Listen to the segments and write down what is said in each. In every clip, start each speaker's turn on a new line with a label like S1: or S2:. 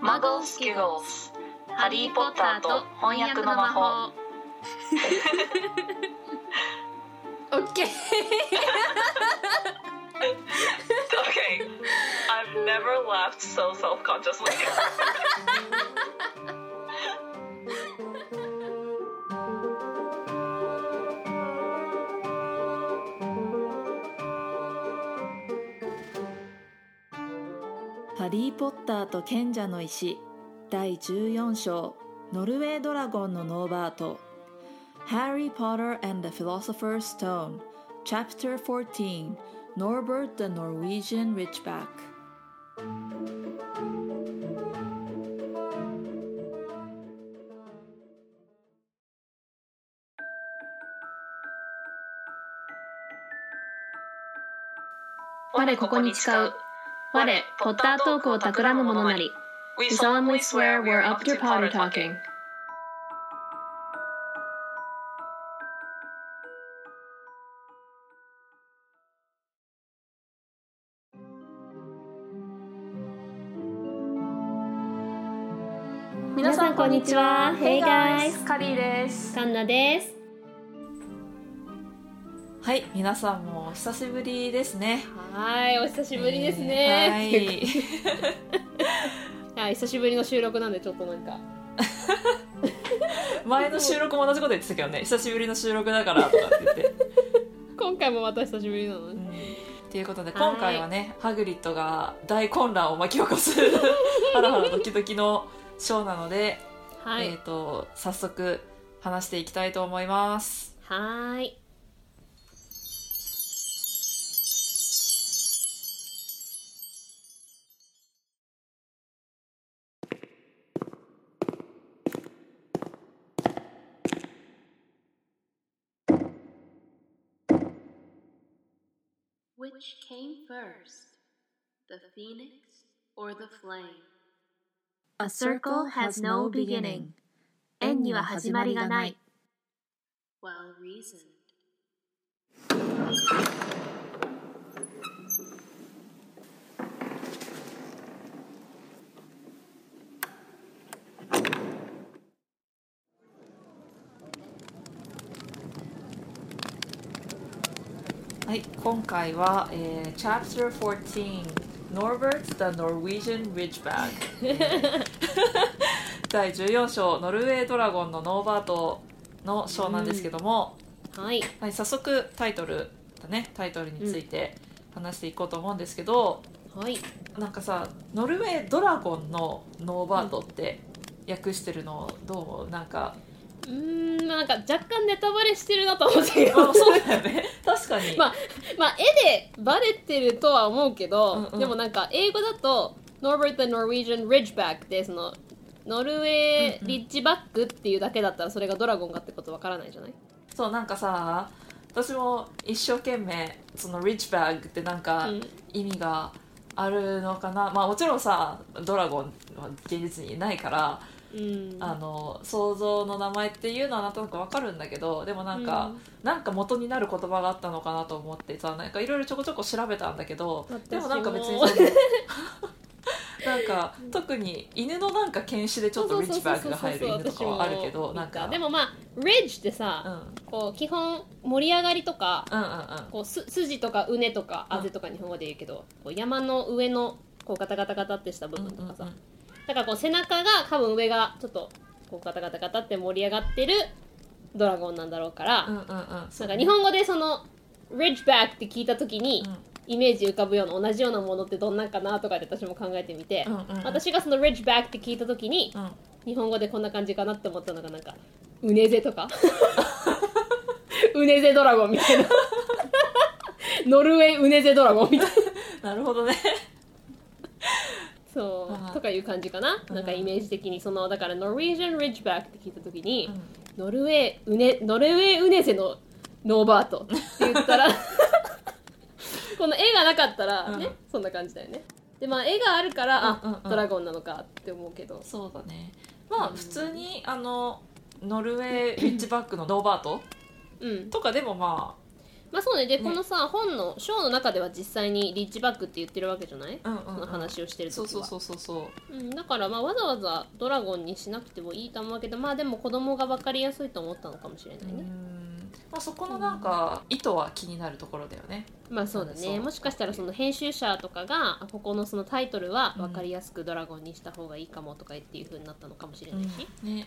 S1: マゴスキュロスハリー・ポッターと翻訳の魔法
S2: オッケ
S1: Okay
S2: ー
S1: I've never laughed so self-consciously
S3: ハリー・ポッターと賢者の石第14章ノルウェードラゴンのノーバート Harry Potter and the Philosopher's Stone Chapter 14 Norbert the Norwegian Richback
S4: 我ここに誓う。我、ポッタートークを企む者なり。
S1: We
S4: We
S1: solemnly
S4: solemnly
S1: swear
S4: swear
S1: we're
S4: we're
S1: up
S4: up
S1: to Potter
S4: to Potter
S1: talking
S4: talking. 皆さんこんにちは。Hey guys!
S2: カリーです
S4: カンナです。
S3: はい皆さんもお久しぶりですね
S4: はい、お久しぶりです
S3: え
S4: ね。
S3: ーはい
S4: はい、久しぶりの収録なんでちょっとなんか。
S3: 前の収録も同じこと言ってたけどね久しぶりの収録だからとかって言って、
S4: 今回もまた久しぶりなの
S3: う
S4: ね。
S3: んっていうことで今回はねハグリッドが大混乱を巻き起 こすハラハラドキドキのショーなので、
S4: は
S3: え
S4: い
S3: っ、。と早速話していきたいと思います
S4: はーい。
S5: Which came first, the phoenix or the flame?
S6: A circle has no beginning. 円には始まりがない。
S5: Well reasoned.
S3: はい今回は、えー、Chapter 14 Norbert the Norwegian Ridgeback 第14章ノルウェードラゴンのノーバートの章なんですけども、
S4: はい。
S3: はい、早速タイトルだねタイトルについて話していこうと思うんですけど、
S4: はい。
S3: なんかさノルウェードラゴンのノーバートって訳してるのどう思うなんか
S4: うーん、まあなんか若干ネタバレしてるなと思ったけ
S3: あ
S4: ど。
S3: そうだよね確かに、
S4: ま まあ、絵でバレてるとは思うけど、
S3: うんうん
S4: でもなんか英語だと Norbert the Norwegian Ridgeback でそのノル
S3: う
S4: ウェ
S3: んうん
S4: ーリッジバックっていうだけだったらそれがドラゴンかってことわからないじゃない
S3: そうなんかさ私も一生懸命そのリッチバッグってなんか
S4: うん
S3: 意味があるのかな、まあもちろんさドラゴンは現実にいないから、
S4: うん
S3: あの想像の名前っていうのはなんとなくわかるんだけどでもなんか、
S4: うん
S3: なんか元になる言葉があったのかなと思ってさなんかいろいろちょこちょこ調べたんだけど
S4: 私も
S3: でもなんか別にそのなんか特に犬のなんか犬種でちょっとリッチバッグが入る犬とかはあるけどなんか
S4: でもまあ Ridge ってさ、
S3: うん、うん
S4: こう基本盛り上がりとか
S3: うんうん
S4: こうす筋とかうねとか
S3: うん
S4: あぜとか日本語で言うけど、こう山の上のこうガタガタガタってした部
S3: うん
S4: 分
S3: う
S4: と
S3: んう
S4: かさ、
S3: ん
S4: だからこう背中が多分上がちょっとこうガタガタガタって盛り上がってるドラゴンなんだろうから、
S3: うんうんうん
S4: なんか日本語でその「リッジバック」って聞いた時に、
S3: うん
S4: イメージ浮かぶような同じようなものってどんなんかなとかで私も考えてみて、
S3: うんうんうん
S4: 私がその「リッジバック」って聞いた時に、
S3: うん
S4: 日本語でこんな感じかなって思ったのがなんか「うねぜ」とか「うねぜドラゴン」みたいな「ノルウェーうねぜドラゴン」みたいな
S3: なるほどね
S4: そう、
S3: あー
S4: とかいう感じかな、
S3: うん
S4: なんかイメージ的にそのだから「ノルウェージャン・リッジバック」って聞いた時に、
S3: うん
S4: ノルウェーうねノルウェーウネセのノーバートって言 ったらこの絵がなかったらね、
S3: うん
S4: そんな感じだよねでまあ絵があるから、あ
S3: うんうんうん
S4: ドラゴンなのかって思うけど
S3: そうだねまあ普通にあのノルウェーリッチバッグのノーバート
S4: うん
S3: とかでもまあ
S4: まあそうねでこのさ、本の章の中では実際にリッチバックって言ってるわけじゃない、
S3: うん
S4: その
S3: うん、うん、
S4: 話をしてる時
S3: そ
S4: は
S3: うそうそうそうそう
S4: うん、だからまあわざわざドラゴンにしなくてもいいと思うけどまあでも子供が分かりやすいと思ったのかもしれな
S3: う
S4: いね、
S3: んまあ、そこのなんか意図は気になるところだよね
S4: まあそうだ
S3: そう
S4: ねもしかしたらその編集者とかがあここのそのタイトルは
S3: うん
S4: 分かりやすくドラゴンにした方がいいかもとかっていう風になったのかもしれないし、
S3: ね、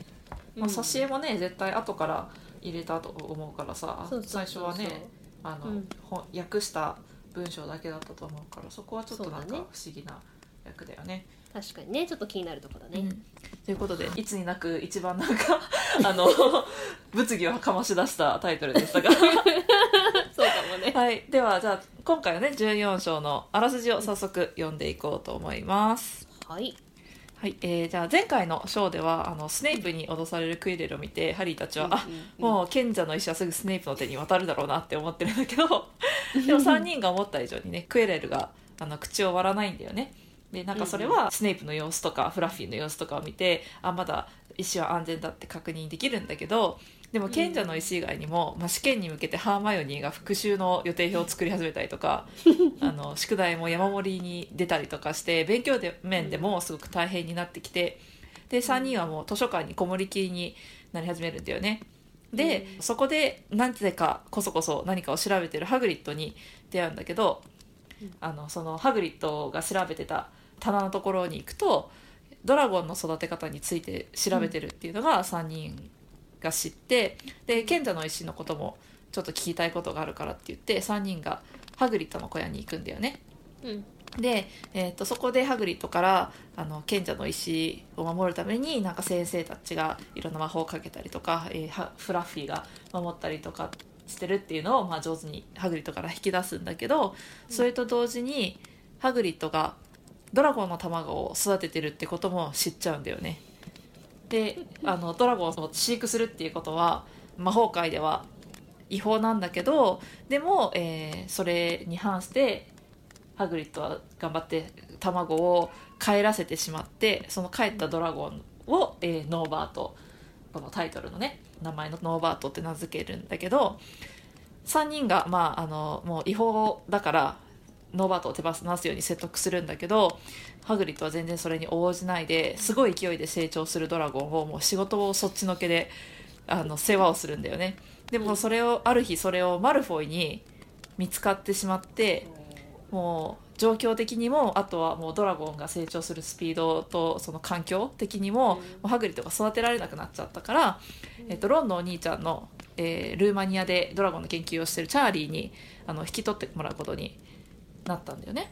S4: うん
S3: まあ、挿絵もね絶対後から入れたと思うからさ
S4: そうそう
S3: 最
S4: そ
S3: 初
S4: うそう
S3: はねあの、
S4: うん
S3: ほん訳した文章だけだったと思うからそこはちょっとなんか
S4: そう
S3: 不
S4: だ
S3: 思
S4: ね
S3: 議な役だよね。
S4: 確かにねちょっと気になるとこだね、
S3: うんということでいつになく一番なんかあの 物議をかまし出したタイトルでした が、
S4: そうかもね
S3: はい、ではじゃあ今回はね14章のあらすじを早速読んでいこうと思います。
S4: はい
S3: はいえー、じゃあ前回の章ではあのスネイプに脅されるクイレルを見てハリーたちは、あ
S4: うんうんうん
S3: もう賢者の石はすぐスネイプの手に渡るだろうなって思ってるんだけどでも3人が思った以上にねクエレルがあの口を割らないんだよねでなんかそれはスネイプの様子とかフラッフィーの様子とかを見てあまだ石は安全だって確認できるんだけどでも賢者の石以外にも、まあ、試験に向けてハーマイオニーが復習の予定表を作り始めたりとか あの宿題も山盛りに出たりとかして勉強で面でもすごく大変になってきてで3人はもう図書館にこもりきりになり始めるんだよね。で、そこで何てかこそこそ何かを調べてるハグリッドに出会うんだけど、あのそのハグリッドが調べてた棚のところに行くとドラゴンの育て方について調べてるっていうのが3人が知って、で賢者の石のこともちょっと聞きたいことがあるからって言って3人がハグリッドの小屋に行くんだよね。
S4: うん
S3: で、えー、とそこでハグリッドからあの賢者の石を守るためになんか先生たちがいろんな魔法をかけたりとか、えーはフラッフィーが守ったりとかしてるっていうのを、まあ、上手にハグリッドから引き出すんだけどそれと同時にハグリッドがドラゴンの卵を育ててるってことも知っちゃうんだよね。であのドラゴンを飼育するっていうことは魔法界では違法なんだけどでも、えーそれに反してハグリッドは頑張って卵を帰らせてしまってその帰ったドラゴンを、えーノーバートこのタイトルのね名前のノーバートって名付けるんだけど3人が、まあ、あのもう違法だからノーバートを手放すように説得するんだけどハグリッドは全然それに応じないですごい勢いで成長するドラゴンをもう仕事をそっちのけであの世話をするんだよね。でもそれをある日それをマルフォイに見つかってしまってもう状況的にもあとはもうドラゴンが成長するスピードとその環境的にも,、
S4: うん
S3: もうハグリッドが育てられなくなっちゃったから、えっと、ロンのお兄ちゃんの、えールーマニアでドラゴンの研究をしてるチャーリーにあの引き取ってもらうことになったんだよね。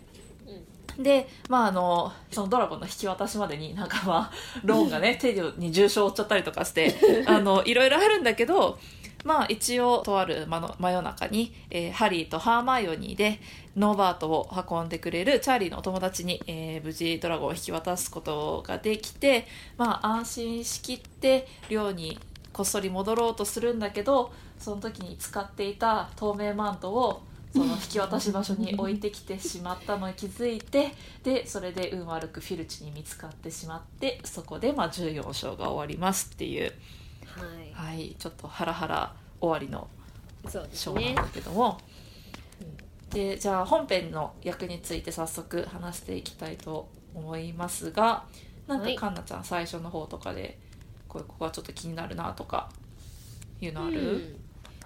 S3: で、まあ、あのそのドラゴンの引き渡しまでになんかまあローンがね手に重傷を負っちゃったりとかしてあのいろいろあるんだけど、まあ、一応とあるまの真夜中に、えーハリーとハーマイオニーでノーバートを運んでくれるチャーリーのお友達に、えー無事ドラゴンを引き渡すことができて、まあ、安心しきって寮にこっそり戻ろうとするんだけどその時に使っていた透明マントをその引き渡し場所に置いてきてしまったのに気づいてでそれで運悪くフィルチに見つかってしまってそこでまあ14章が終わりますっていう、
S4: は
S3: はい、ちょっとハラハラ終わりの
S4: いそうです
S3: 章なん
S4: ね
S3: だけども、でじゃあ本編の役について早速話していきたいと思いますがなんか
S4: はい
S3: かんなちゃん最初の方とかでこうここはちょっと気になるなとかいうのあ
S4: う
S3: る、
S4: ん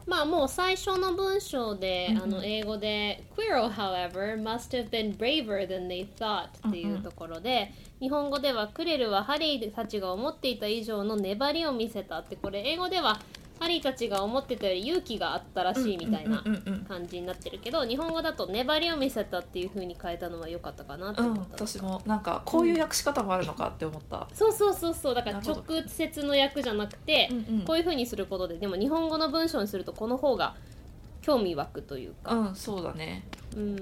S4: まあもう最初の文章で、
S3: うんうん
S4: あの英語で「Quirrell, however, must have been braver than they thought」っていうところで、日本語では「クレルはハリーたちが思っていた以上の粘りを見せた」ってこれ英語ではハリーたちが思ってたより勇気があったらしいみたいな
S3: うんうんうん
S4: 感じになってるけど日本語だと「粘りを見せた」っていう風に変えたのは良かったかなって
S3: うん、うん
S4: 思った、
S3: 私もなんかこういう訳し方もあるのかって思った。
S4: そうそうそうそうだから
S3: なるほ
S4: 直
S3: ど
S4: 接の訳じゃなくて、
S3: うんうん
S4: こういう風にすることででも日本語の文章にするとこの方が興味湧くというか、
S3: うん、そうだね。
S4: うん、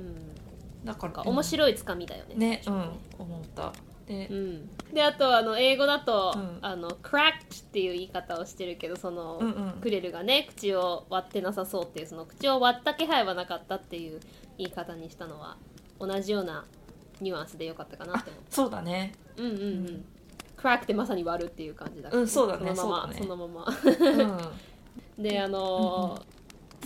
S3: だか
S4: なん
S3: ら
S4: か面白いつかみだよね。
S3: ね、う
S4: 最
S3: ん
S4: 初、
S3: 思った。で
S4: う、ん、であとあの英語だと、
S3: うん
S4: あの cracked っていう言い方をしてるけどその、
S3: うんうん
S4: クレルがね口を割ってなさそうっていうその口を割った気配はなかったっていう言い方にしたのは同じようなニュアンスでよかったかなって思っ
S3: そうだね。
S4: た。うんうんうん。
S3: うん
S4: crack ってまさに割るっていう感じだから、
S3: うんそうだね
S4: そのまま
S3: そうだね
S4: そのまま。
S3: うん、
S4: であのー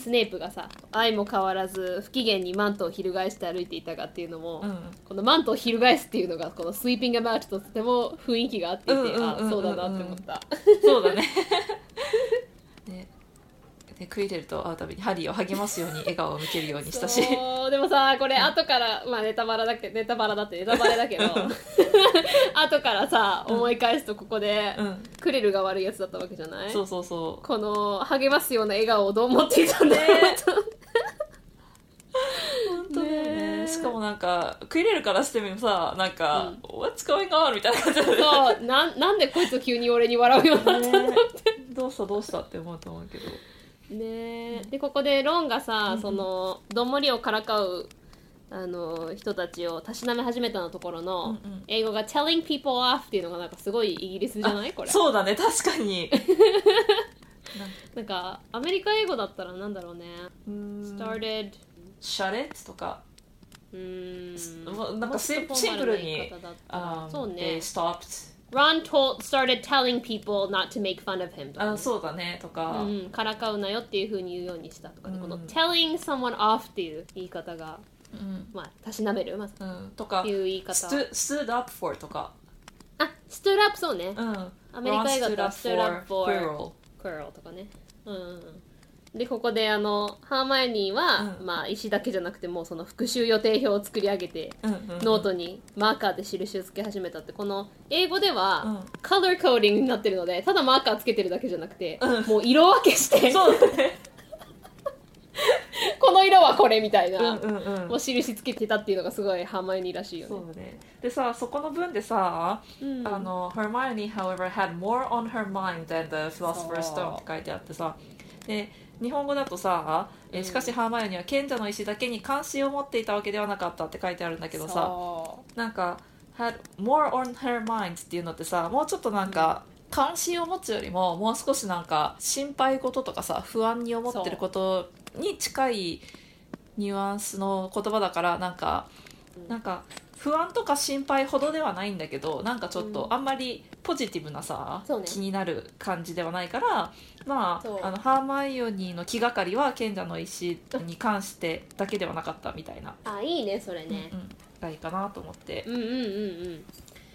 S4: スネープがさ愛も変わらず不機嫌にマントを翻して歩いていたかっていうのも、
S3: うん
S4: このマントを翻すっていうのがこのスイーピングマウチととても雰囲気があっていて、
S3: うんうんうんうんうん
S4: あそうだなって思った、
S3: そうだね ねでクイレルと会うたびにハリーを励ますように笑顔を向けるようにしたし
S4: そうでもさこれ後から、まあ、ネタバラだけネタバラだってネタバレだけど 後からさ思い返すとここで、
S3: うん
S4: クレルが悪いやつだったわけじゃない
S3: そうそうそう
S4: この励ますような笑顔をどう思っていたんだろう
S3: 本当だよねしかもなんかクイレルからしてもさなんか「What's going on?」みたいな感じだよね
S4: とそうなんなんでこいつ急に俺に笑うようになったんだろう
S3: どうしたどうしたって思うと思うけど
S4: ねえでここでロンがさ、そのどんもりをからかうあの人たちをたしなめ始めたのところの、
S3: うんうん
S4: 英語が「telling people off」っていうのがなんかすごいイギリスじゃないこれ
S3: そうだね確かに
S4: なんかアメリカ英語だったらなんだろうね
S3: うーん
S4: started
S3: シャレッツとか
S4: うーん
S3: もうなんかシン
S4: もうちょ
S3: シ
S4: っと
S3: ンプルに
S4: フォーマルな言い方だったら
S3: あ
S4: そうね
S3: They stopped
S4: Ron told started telling people not to make fun of him とかね
S3: あそうだねとか、
S4: うん、からかうなよっていうふうに言うようにしたとかね、
S3: うん
S4: この telling someone off っていう言い方が
S3: うん
S4: まあたしなめる、ま
S3: うんとか
S4: あ、いう言い方
S3: stood, stood up for とか、
S4: あストラップそうね、
S3: うん、
S4: アメリカ映画だと
S3: Ron stood up for Quirrell
S4: Curl とかねうんうんうんでここであのハーマイオニーは、
S3: うん
S4: まあ石だけじゃなくてもうその復習予定表を作り上げて、
S3: うんうんうん
S4: ノートにマーカーで印をつけ始めたってこの英語では、
S3: うん
S4: カラーコーディングになってるのでただマーカーつけてるだけじゃなくて、
S3: うん
S4: もう色分けして
S3: そうだね
S4: この色はこれみたいな、
S3: うんうんう
S4: も
S3: ん
S4: う印つけてたっていうのがすごいハーマイオニーらしいよね
S3: そうだねでさそこの分でさ
S4: うん
S3: あの、Hermione, however, had more on her mind than the Philosopher's
S4: そう
S3: Stone って書いてあってさ、で、日本語だとさ、えしかしハーマイオニーは賢者の石だけに関心を持っていたわけではなかったって書いてあるんだけどさ、
S4: そ
S3: なんか、had more on her mind っていうのってさ、もうちょっとなんか、関心を持つよりももう少しなんか心配事とかさ不安に思ってることに近いニュアンスの言葉だからなんかなんか不安とか心配ほどではないんだけどなんかちょっとあんまりポジティブなさ、
S4: そうね
S3: 気になる感じではないからま
S4: そう
S3: ああのハーマイオニーの気がかりは賢者の石に関してだけではなかったみたいな、
S4: うあいいねそれね
S3: う、ん、がいいかなと思って
S4: う。ん、うんうんうん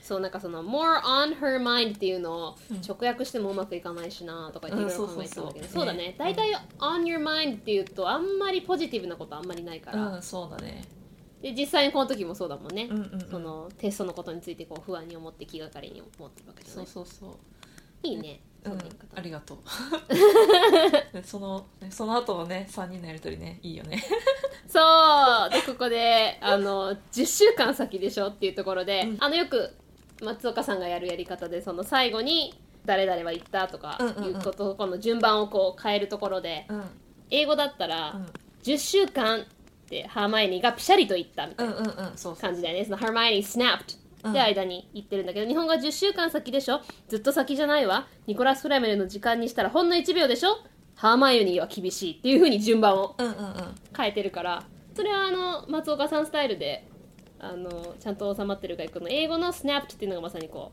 S4: そうなんかその「more on her mind」っていうのを
S3: うん
S4: 直訳してもうまくいかないしなとか言っていろいろ考えてたんだけど、
S3: うん
S4: そ
S3: そうそうそう
S4: うだね大体「on your mind」っていうとあんまりポジティブなことあんまりないから、
S3: うん、そうだね。
S4: で実際にこの時もそうだもんね、
S3: うんうん、うん。
S4: そのテストのことについてこう不安に思って気がかりに思ってるわけじゃ
S3: そ
S4: な
S3: う
S4: い
S3: そうそう。
S4: いいね、
S3: う
S4: そ
S3: ん
S4: の言い方、
S3: ありがと うでそのその後のね3人のやりとりねいいよね
S4: そうでここであの10週間先でしょっていうところで、
S3: うん
S4: あのよく松岡さんがやるやり方でその最後に誰々は言ったとか
S3: うんうんうん
S4: いうこと、この順番をこう変えるところで
S3: うんうん
S4: 英語だったら、
S3: うん
S4: 10週間ってハーマイオニーがピシャリと言ったみたい
S3: うんうんそう
S4: な
S3: そう
S4: 感じだよねそのハーマイオニー snapped
S3: うん
S4: で間に言ってるんだけど、日本が10週間先でしょずっと先じゃないわニコラス・フラメルの時間にしたらほんの1秒でしょハーマイオニーは厳しいっていうふうに順番を
S3: うんうんうん
S4: 変えてるからそれはあの松岡さんスタイルであのちゃんと収まってるからこの英語の「snapped」っていうのがまさにこ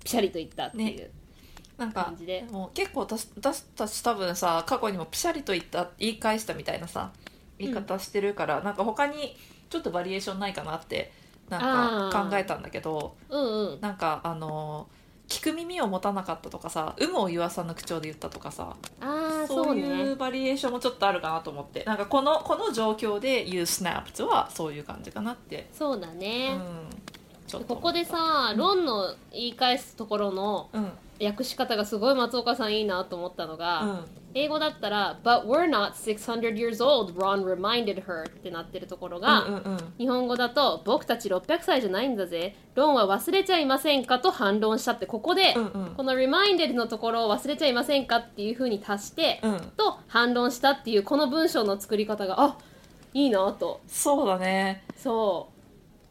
S4: うピシャリといったっていう、
S3: ねなんか
S4: 感じで
S3: もう結構私私たち多分さ過去にもピシャリと言った言い返したみたいなさ言い方してるから、なんか他にちょっとバリエーションないかなってなん
S4: あ
S3: か
S4: ー
S3: 考えたんだけど
S4: うんうん
S3: なんかあの聞く耳を持たなかったとかさ有無を言わさぬ口調で言ったとかさ
S4: ああそう
S3: そうい
S4: ね
S3: うバリエーションもちょっとあるかなと思ってなんかこのこの状況で言う snapped はそういう感じかなって、
S4: そうだ
S3: う
S4: ね
S3: ん、、ちょっと
S4: ここでさロンの言い返すところの
S3: うんうん
S4: 訳し方がすごい松岡さんいいなと思ったのが、英語だったら「But we're not 600 years old Ron reminded her」ってなってるところが、
S3: うんうんうん
S4: 日本語だと「僕たち600歳じゃないんだぜロンは忘れちゃいませんか?」と反論したってここで、
S3: うんうん
S4: この「reminded」のところを忘れちゃいませんかっていうふうに足して、
S3: うん
S4: と反論したっていうこの文章の作り方があいいなと
S3: そうだね
S4: そう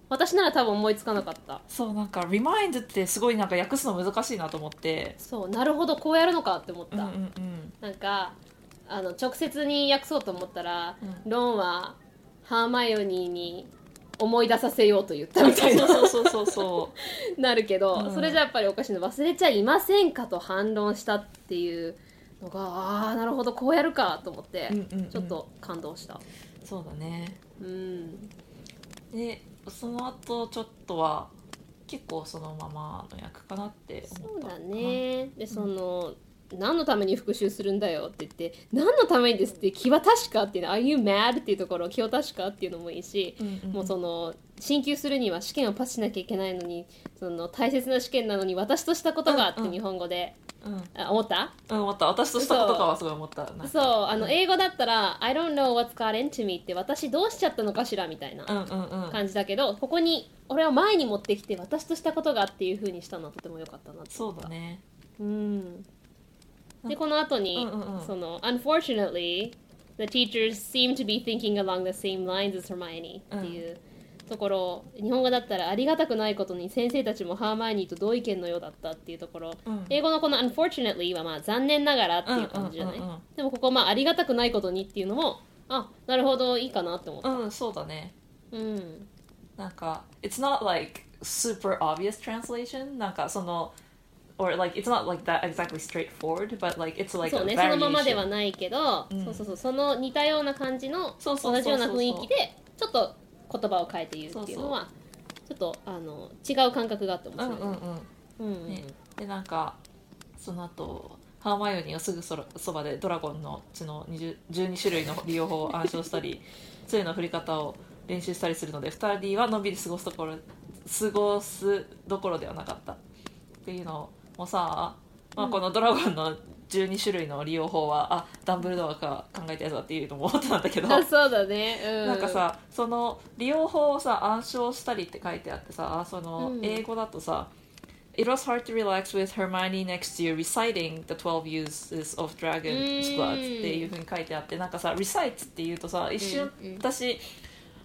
S4: 私なら多分思いつかなかった
S3: そうなんか remind ってすごいなんか訳すの難しいなと思って
S4: そうなるほどこうやるのかって思っ
S3: う
S4: た、
S3: んうんうん
S4: なんかあの直接に訳そうと思ったら、
S3: う
S4: ロンはハーマイオニーに思い出させようと言ったみたいな
S3: そうそうそうそう
S4: なるけど、
S3: うん
S4: それじゃやっぱりおかしいの忘れちゃいませんかと反論したっていうのがああなるほどこうやるかと思って、
S3: うんうんうん
S4: ちょっと感動した。
S3: そうだね
S4: うん、
S3: でその後ちょっとは結構そのままの役かなって思
S4: そう
S3: った
S4: だねでその、何のために復習するんだよって言って何のためにですって気は確かっていうの「Are you mad?」っていうところ気は確かっていうのもいいし、
S3: うんうん
S4: もうその進級するには試験をパスしなきゃいけないのにその大切な試験なのに私としたことがあっ
S3: うん
S4: て
S3: うん
S4: 日本語で、
S3: うん、うん、
S4: あ思った
S3: 思った私としたことかはすごい思ったな
S4: そうあの
S3: うん
S4: 英語だったら「I don't know what's got into me」って私どうしちゃったのかしらみたいな
S3: うんうんうん
S4: 感じだけど、ここに俺を前に持ってきて私としたことがっていう風にしたのはとても良かったなって
S3: そうだね
S4: うん
S3: なん
S4: でこの後に、
S3: うんうんうん
S4: その Unfortunately the teachers seem to be thinking along the same lines as Hermione っていうところ、日本語だったらありがたくないことに先生たちもハーマイオニーと同意見のようだったっていうところ、
S3: うん
S4: 英語のこの Unfortunately はまあ残念ながらっていう感じじゃない、
S3: うんうんうんうん
S4: でもここまあありがたくないことにっていうのもあなるほどいいかなって思った
S3: うんそうだね
S4: うん
S3: なんか it's not like super obvious translation なんかその or like it's not like that exactly straightforward but like it's like
S4: そうね
S3: a
S4: そのままで
S3: variation
S4: はないけど、
S3: うん
S4: そうそうそうその似たような感じの
S3: そ
S4: 同
S3: うそうそう
S4: じ
S3: そう
S4: ような雰囲気でちょっと言葉を変えて言うっていうのはちょっとあの違う感覚があって面
S3: うん
S4: 白い、
S3: うんうん
S4: うんうん
S3: ね、でなんかその後ハーマイオニーがすぐそらそばでドラゴンの血の20 12種類の利用法を暗唱したり 杖の振り方を練習したりするので2人はのんびり過ごすところ過ごすどころではなかったっていうのもさ、まあ、このドラゴンの12種類の利用法は、あダンブルドアが考えたやつだっていうのも思ったんだけど
S4: あそうだね、うん、
S3: なんかさその利用法をさ暗唱したりって書いてあってさその
S4: うん
S3: 英語だとさ、It was hard to relax with Hermione next to you reciting the 12 uses of
S4: う
S3: dragon's
S4: ん
S3: blood っていうふうに書いてあってなんかさ recite っていうとさ一瞬
S4: うんうん
S3: 私、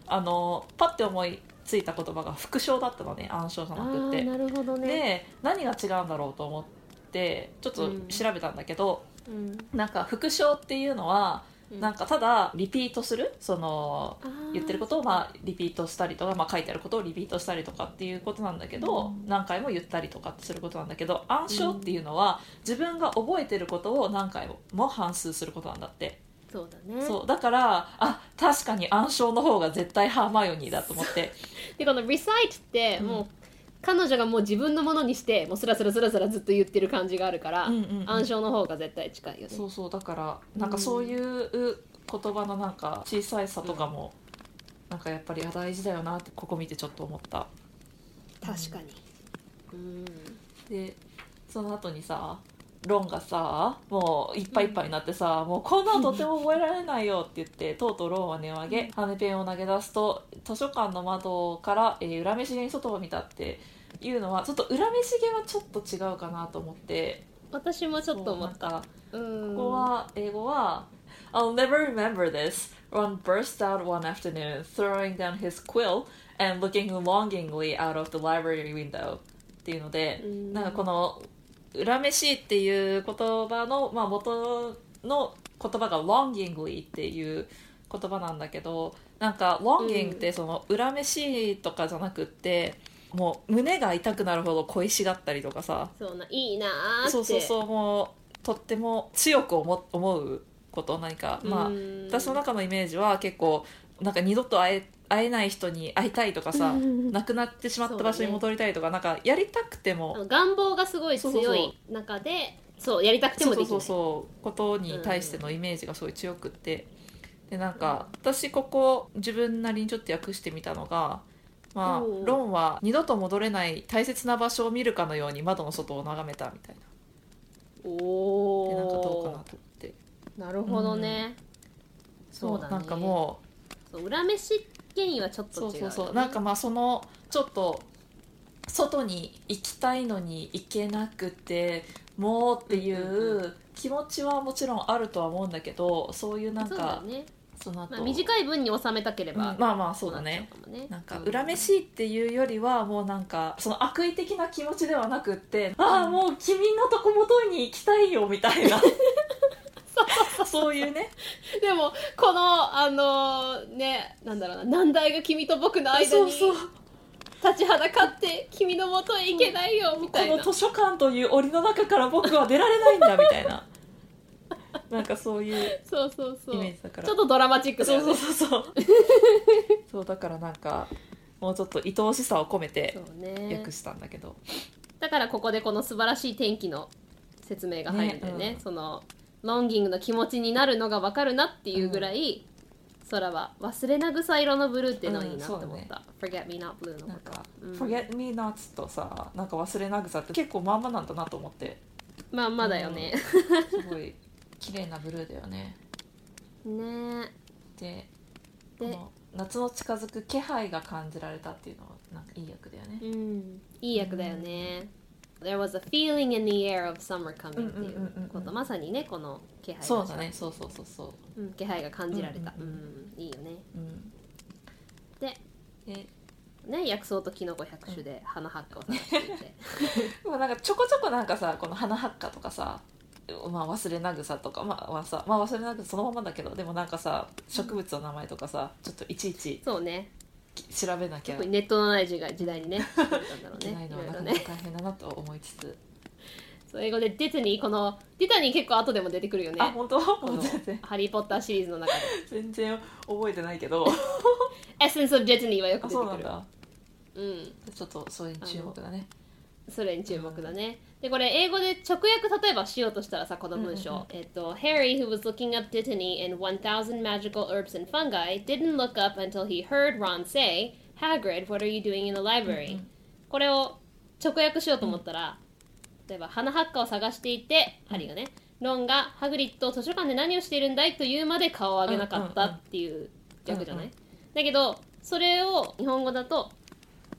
S3: あのパッて思いついた言葉が復唱だったのね暗唱じゃな
S4: あ
S3: くて
S4: ー。なるほどね
S3: で何が違うんだろうと思ってちょっと調べたんだけど、
S4: うん、
S3: なんか復唱っていうのは、
S4: うん
S3: なんかただリピートするその
S4: あー
S3: 言ってることをまあリピートしたりとか、まあ、書いてあることをリピートしたりとかっていうことなんだけど、何回も言ったりとかってすることなんだけど暗唱っていうのは自分が覚えてることを何回も反数することなんだって、
S4: そうだね
S3: そうだからあ確かに暗唱の方が絶対ハーマイオニーだと思って
S4: でこの recite ってもう、彼女がもう自分のものにしてもうスラスラスラスラずっと言ってる感じがあるから、
S3: うんうんうん
S4: 暗唱の方が絶対近いよね
S3: そうそうだからなんかそういう言葉のなんか小さいさとかも、なんかやっぱりあ大事だよなってここ見てちょっと思った。
S4: 確かにうん
S3: でその後にさロンがさもういっぱいいっぱいになってさ、もうこんなのとても覚えられないよって言ってとうとうロンは根を上げ羽ペンを投げ出すと図書館の窓から、えー裏飯げに外を見たっていうのはちょっと裏飯げはちょっと違うかなと思って
S4: 私もちょっと思った
S3: なんか
S4: うん
S3: ここは英語は「I'll never remember this」Ron burst out one afternoon, throwing down his quill and looking longingly out of the library window っていうので、
S4: うん
S3: なんかこの「恨めしい」っていう言葉の、まあ、元の言葉が「longingly」っていう言葉なんだけどなんか「longing」ってその「恨めしい」とかじゃなくってもう胸が痛くなるほど恋しがったりとかさ
S4: そうないいなーって
S3: そうそうそうもうとっても強く思思うこと何かまあ
S4: うん
S3: 私の中のイメージは結構なんか二度と会え会えない人に会いたいとかさ亡くなってしまった場所に戻りたいとか、なんかやりたくて
S4: あ
S3: も
S4: の 願望がすごい
S3: そうそう
S4: 強
S3: そ
S4: い中でそうやりたくて
S3: そ
S4: も
S3: う
S4: でき
S3: そ
S4: な
S3: う
S4: い
S3: そうそうことに対してのイメージがすごい強くってでなんか私ここ自分なりにちょっと訳してみたのが。ま
S4: おう
S3: あ、ロンは二度と戻れない大切な場所を見るかのように窓の外を眺めたみたいなでなんかどうかな
S4: お
S3: と思って
S4: おなるほどね、そうだね
S3: なんかもう
S4: そう裏飯原因はちょっ
S3: そ
S4: と違うよ
S3: う
S4: ね、
S3: そうそうなんかまあそのちょっと外に行きたいのに行けなくてもうってい
S4: うん
S3: う気持ちはもちろんあるとは思うんだけどそういうなん
S4: そうだ
S3: か
S4: ね、
S3: そ,、の後、
S4: まあ、短い分に収めたけれ
S3: うん
S4: ば、
S3: まあまあそうだね
S4: そうなっちゃうかもね
S3: なんか
S4: うん
S3: 恨めしいっていうよりはもうなんか その悪意的な気持ちではなくってああもう君のとこ元に行きたいよみた いなそういうね
S4: でもこのあのーねなんだろうな難題が君と僕の間に
S3: そうそう
S4: 立ちはだかって君のもとへ行けないよみ
S3: こ
S4: たい な
S3: の図書館という檻の中から僕は出られないんだみたいななんかそういう
S4: そうそうそう
S3: イメージだから
S4: ちょっとドラマチックだ
S3: そう
S4: よ
S3: そ
S4: ね
S3: うそうそう そうだからなんかもうちょっと愛おしさを込めて
S4: そうね
S3: 訳したんだけど、
S4: だからここでこの素晴らしい天気の説明が入るんだよね
S3: ねうん
S4: そのロンギングの気持ちになるのが分かるなっていうぐらい、空は忘れな草色のブルーっていうのいいなって思った、Forget Me Not Blue の
S3: なん
S4: こと
S3: か「
S4: うん
S3: Forget Me Not」とさなんか「忘れな草」って結構まんまなんだなと思って
S4: まあまだよね、
S3: すごい綺麗なブルーだよね
S4: ね
S3: で
S4: え
S3: こ
S4: で
S3: の夏の近づく気配が感じられたっていうのはなんかいい役だよね、
S4: うんいい役だよね、There was a feeling in the air of summer coming っていうこ
S3: うんうんうんう
S4: と
S3: ん
S4: まさにねこの気配が
S3: そうだねそうそうそうそう
S4: うん気配が感じられた、う
S3: うんんうんうん
S4: いいよね
S3: うん
S4: で
S3: で
S4: ね薬草とキノコ百種で花ハッカを探して いて
S3: でもなんかちょこちょこなんかさこの「花ハッカ」とかさまあ忘れな草とかまあまあさまあ忘れな草そのままだけどでもなんかさ植物の名前とかさちょっといちいち
S4: そうね
S3: 調べなきゃ
S4: 特に
S3: い
S4: ネットのない時代時代 にねそうだったんだろう
S3: けな
S4: ね
S3: い
S4: い
S3: のは
S4: ろい
S3: な
S4: ろ
S3: かな
S4: ね
S3: か大変だなと思いつつ
S4: そう英語でディズニーこのディタニー結構後でも出てくるよね
S3: あ本当
S4: この
S3: もう全然
S4: ハリー・ポッターシリーズの中で
S3: 全然覚えてないけ ど
S4: エッセンス・オブ・ディズニーはよく
S3: あ
S4: 出てく
S3: そう
S4: る
S3: なんだ
S4: うん
S3: ちょっとそれに注目だね
S4: それに注目だね。で、これ英語で直訳例えばしようとしたらさ、この文章。
S3: うんうん
S4: えっと、Harry, who was looking up Dittany and 1000 magical herbs and fungi, didn't look up until he heard Ron say, Hagrid, what are you doing in the library?、これを直訳しようと思ったら、例えば、花ハッカを探していて、ハリーがね、ロンがハグリッドを図書館で何をしているんだいというまで顔を上げなかったっていう訳じゃない、
S3: うん
S4: だけど、それを日本語だと、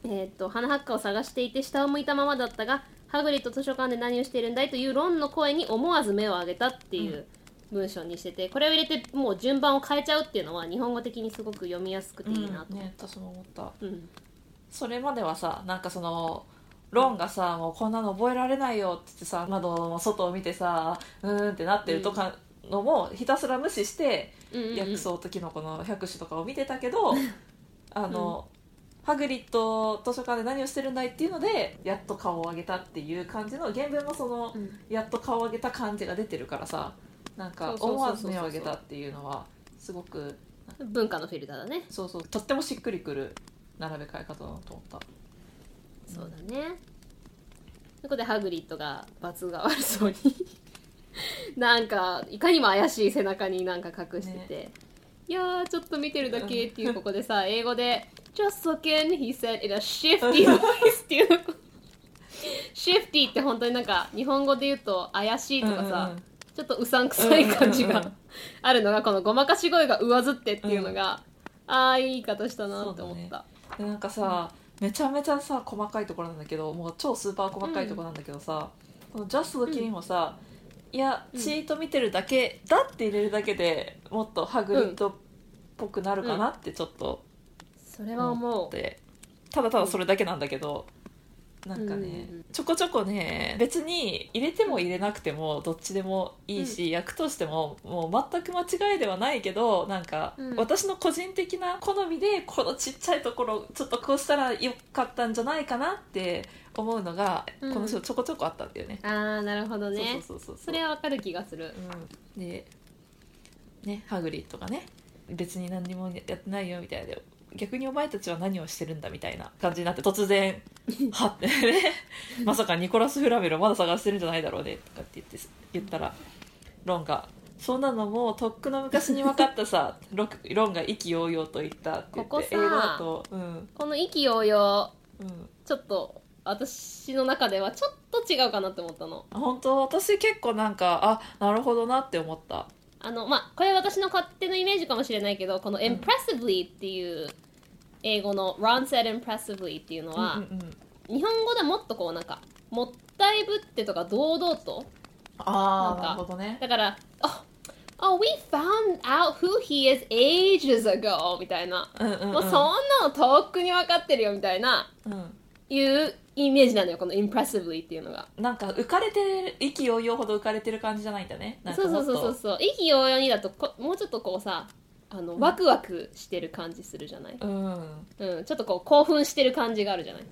S4: えーっと花ハッカを探していて下を向いたままだったがハグリッド図書館で何をしているんだいというロンの声に思わず目を上げたっていう文章にしててこれを入れてもう順番を変えちゃうっていうのは日本語的にすごく読みやすくていいなと、
S3: ね私も思った
S4: うん
S3: それまではさなんかそのロンがさ、もうこんなの覚えられないよって言ってさ窓の外を見てさうーんってなってるとか、のもひたすら無視して
S4: うんうんうん
S3: 薬草とキノコの百種とかを見てたけ ど、あの、ハグリッド図書館で何をしてるんだいっていうのでやっと顔を上げたっていう感じの原文もその、
S4: うん
S3: やっと顔を上げた感じが出てるからさなんか
S4: そうそうそうそう
S3: 思わず目を上げたっていうのはすごく
S4: 文化のフィルターだね
S3: そうそうとってもしっくりくる並べ替え方だなと思った。
S4: そうだねそこでハグリッドが罰が悪そうに なんかいかにも怪しい背中になんか隠してて、いやーちょっと見てるだけっていうここでさ英語で「Just looking he said in a shifty voice」っていう shifty って本当になんか日本語で言うと怪しいとかさ、
S3: うんうんうん
S4: ちょっとうさんくさい感じ
S3: うんうんう
S4: が
S3: ん
S4: あるのがこのごまかし声が上ずってっていうのが、ああいい言い方したなって思っ
S3: そうだね。
S4: た
S3: でなんかさ、めちゃめちゃさ細かいところなんだけどもう超スーパー細かいところなんだけどさ、この「Just Looking」もさ、いや
S4: ん
S3: チート見てるだけだって入れるだけでもっとハグリッドっぽくなるかなってちょっと
S4: それは思
S3: 思
S4: う
S3: って、ただただそれだけなんだけど、なんかね、
S4: うんうん
S3: ちょこちょこね別に入れても入れなくてもどっちでもいいし、役としてももう全く間違いではないけどなんか、
S4: うん
S3: 私の個人的な好みでこのちっちゃいところちょっとこうしたらよかったんじゃないかなって思うのが、
S4: うん
S3: この人ちょこちょこあったんだよね。
S4: ああなるほどね
S3: そうそうそうそう
S4: それはわかる気がする。
S3: うん、で、ね、ハグリッドがね別に何にもやってないよみたいで逆にお前たちは何をしてるんだみたいな感じになって突 然「はっ」てね「まさかニコラス・フラベルをまだ探してるんじゃないだろうね」とかって言って言ったらロンが「そんなのもうとっくの昔に分かったさ」 ロクロンが意気揚々と言ったって言って
S4: ここさ
S3: 英語だと「うん
S4: この意気揚々、
S3: うん、
S4: ちょっと私の中ではちょっと違うかなって思ったの。
S3: 本当私結構なんかあなるほどなって思った。
S4: あの、まあ、これは私の勝手なイメージかもしれないけど、この impressively っていう英語の Ron said impressively っていうのは、
S3: うんうんうん、
S4: 日本語でもっとこうなんか、もったいぶってとか堂々と。
S3: ああ
S4: な
S3: なんる
S4: か
S3: ほどね。
S4: だから、あ、oh, we found out who he is ages ago みたいな。
S3: うんうん
S4: もうそんなのとっくに分かってるよみたいな、
S3: うん
S4: いうイメージなのよ、この impressively っていうのが。
S3: なんか浮かれてる意気揚々ほど浮かれてる感じじゃないんだねなんか
S4: そう
S3: も
S4: そ
S3: っ
S4: う
S3: と
S4: そうそうそう意気揚々にだとこもうちょっとこうさあのワクワクしてる感じするじゃない、
S3: うん
S4: うん、ちょっとこう興奮してる感じがあるじゃない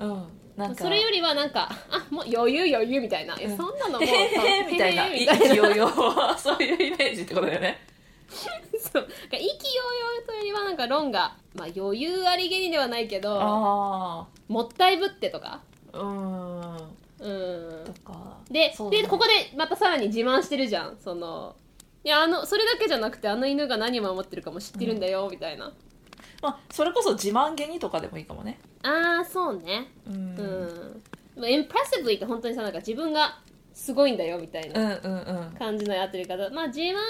S3: うんなんか
S4: それよりはなんかあもう余裕余裕みたいな、いや
S3: うん
S4: そんなのもう
S3: へへへみたいな
S4: へへ
S3: 意気
S4: みたいな
S3: 揚々そういうイメージってことだよね
S4: そうなんか意気揚々というよりはなんか論が、まあ、余裕ありげにではないけど
S3: あ
S4: もったいぶってとか
S3: あうーん
S4: うん
S3: とか
S4: で,、
S3: そうだね
S4: でここでまたさらに自慢してるじゃんそのいやあのそれだけじゃなくてあの犬が何を守ってるかも知ってるんだよ、みたいな
S3: まあそれこそ自慢げにとかでもいいかもね
S4: ああそうね
S3: う
S4: うんん、まあ、インプレッシブリーって本当にさなんか自分がすごいんだよみたい
S3: うん
S4: な
S3: うんうん
S4: 感じのやってる方まあ自慢げによ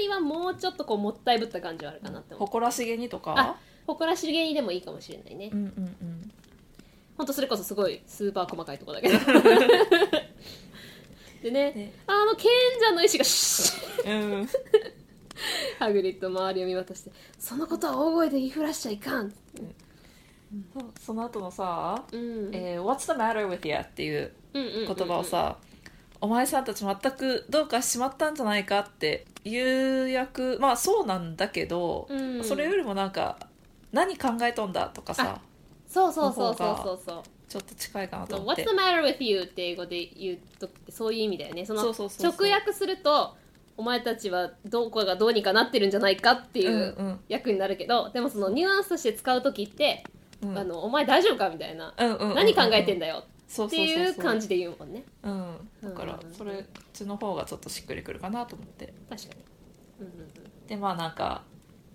S4: りはもうちょっとこうもったいぶった感じはあるかなって思う
S3: 誇らしげにとか
S4: あ誇らしげにでもいいかもしれないね、
S3: うんうんうん
S4: ほんとそれこそすごいスーパー細かいとこ だけど でね
S3: ね
S4: あの賢者の意志がシュッ
S3: うん
S4: ハグリッド周りを見渡して「そのことは大声で言いふらしちゃいかん」
S3: そうその後のさ
S4: う
S3: 「
S4: ん
S3: えー What's the matter with you?」っていう
S4: 言
S3: 言葉をさ、お前さんたち全くどうかしちまったんじゃないかっていう役まあそうなんだけど、
S4: うん
S3: それよりもなんか何考えとんだとかさ
S4: そうそうそうそうそうそう
S3: ちょっと近いかなと
S4: そう
S3: 思っ
S4: What's
S3: て
S4: the matter with you? って英語で言うとそういう意味だよねその
S3: そうそうそうそう
S4: 直訳するとお前たちはどこがどうにかなってるんじゃないかってい
S3: うん
S4: う
S3: うん
S4: 役になるけど、でもそのニュアンスとして使う時って、
S3: うん
S4: あのお前大丈夫かみたいな、
S3: うんうんうん
S4: 何考えてんだよ
S3: そう
S4: っ
S3: そ
S4: て
S3: うそう
S4: い
S3: そう
S4: う感じで言うもんね
S3: うんだから
S4: うん
S3: それうちの方がちょっとしっくりくるかなと思って
S4: 確かに、うんうんうん
S3: でまあなんか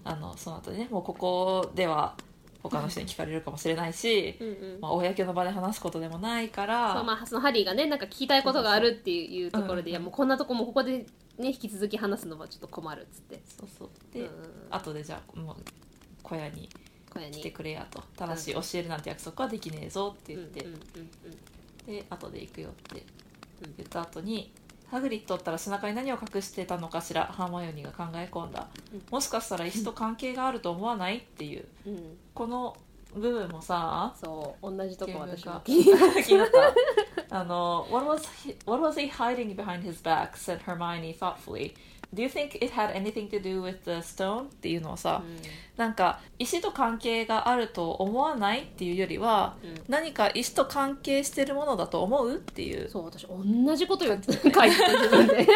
S3: あのその後にねもうここでは他の人に聞かれるかもしれないし、
S4: うんうん
S3: まあ、公の場で話すことでもないから
S4: そうまあ、そのハリーがねなんか聞きたいことがあるっていうと
S3: そうそう
S4: ころで、いやもうこんなとこもここで、ね、引き続き話すのはちょっと困るっつって
S3: そうそうで、
S4: うんうんうん
S3: 後でじゃあもう小屋に
S4: 小屋に
S3: 来てくれやと正しい教えるなんて約束はできねえぞって言って、
S4: うんうんうんうん
S3: で後で行くよって
S4: うん
S3: 言った後に、ハグリッドったら背中に何を隠してたのかしらハーマイオニーが考え込んだ、
S4: うん
S3: もしかしたら石と関係があると思わないっていう
S4: うん、
S3: この部分も さ
S4: そう同じとこ私も
S3: ゲームが気になったあの what was, he, what was he hiding behind his back?" said Hermione thoughtfully. Do you think it had anything to do with the stone? っていうのをさ、なんか石と関係があると思わないっていうよりは、
S4: うん
S3: 何か石と関係してるものだと思うっていう
S4: そう私同じこと言って書いてた自分 で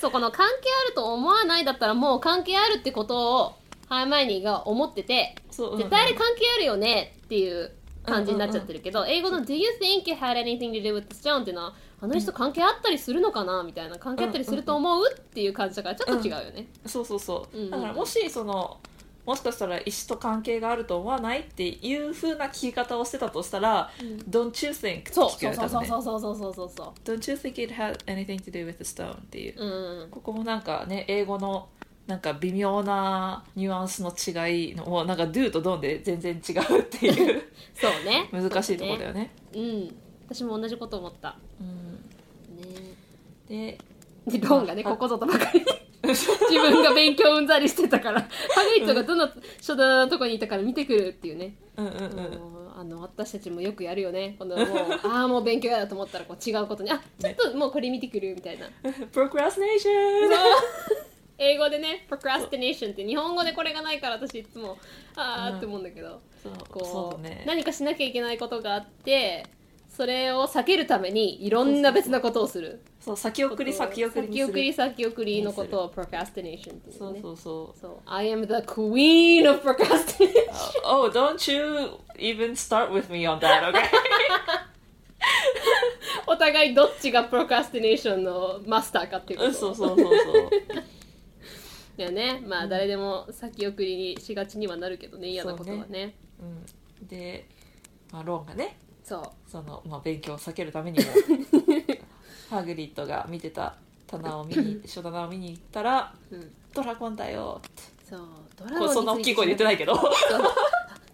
S4: そうこの関係あると思わないだったらもう関係あるってことをハーマイオニーが思ってて
S3: そう
S4: 絶
S3: うん
S4: 対あれ関係あるよねっていう感じになっちゃってるけど、英語の「Do you think it had anything to do with the stone?」っていうのはあの人関係あったりするのかなみたいな関係あったりすると思うっていう感じだからちょっと違うよね。
S3: そうそうそう、
S4: うんうん
S3: だからもしそのもしかしたら石と関係があると思わないっていう風な聞き方をしてたとしたら「Don't you think?」って
S4: そう
S3: 聞け
S4: そう
S3: る
S4: そ
S3: 多分
S4: うそう
S3: ね
S4: そうそうそうそうそうそ
S3: 「Don't you think it had anything to do with the stone?」っていう、
S4: う。うん
S3: ここもなんかね英語のなんか微妙なニュアンスの違いのもうなんか「do」と「don't」で全然違うって いう。
S4: そうね
S3: 難しいところだよね
S4: うん。私も同じこと思った。
S3: うんで
S4: ね。でロンがねここぞとばかりに 自分が勉強うんざりしてたからハグリッドがどの書棚のとこにいたから見てくるっていうね、
S3: うんうん
S4: も
S3: う
S4: うんあの私たちもよくやるよねこのもう ああもう勉強やだと思ったらこう違うことにあちょっともうこれ見てくるみたいな、
S3: Procrastination!
S4: 英語でね「procrastination」って日本語でこれがないから私いつもああって思うんだけど、
S3: そうそう
S4: こ
S3: だ
S4: う
S3: ね
S4: 何かしなきゃいけないことがあってそれを避けるためにいろんな別なことをする
S3: そう先送り先送りに
S4: 先
S3: す
S4: 送り
S3: る
S4: 先送りのことを procrastination っていうね
S3: そうそうそう
S4: そう、I am the queen of procrastination.
S3: Oh, don't you even start with me on that, okay?
S4: お互いどっちが procrastination のマスターかっていうこ
S3: う
S4: と。
S3: んそうそうそうそう。
S4: だよね。まあ、誰でも先送りにしがちにはなるけどね、嫌なことは
S3: そう
S4: ね。
S3: うん、で、まあ、ロンがね、
S4: そう,、
S3: その、まあ、勉強を避けるために も、ハグリッドが見てた棚を見に、書棚を見に行ったら、
S4: うん。
S3: ドラゴンだよって。
S4: そう、ドラ
S3: こ
S4: ゴン
S3: うそんな大きい声で言ってないけど。
S4: そう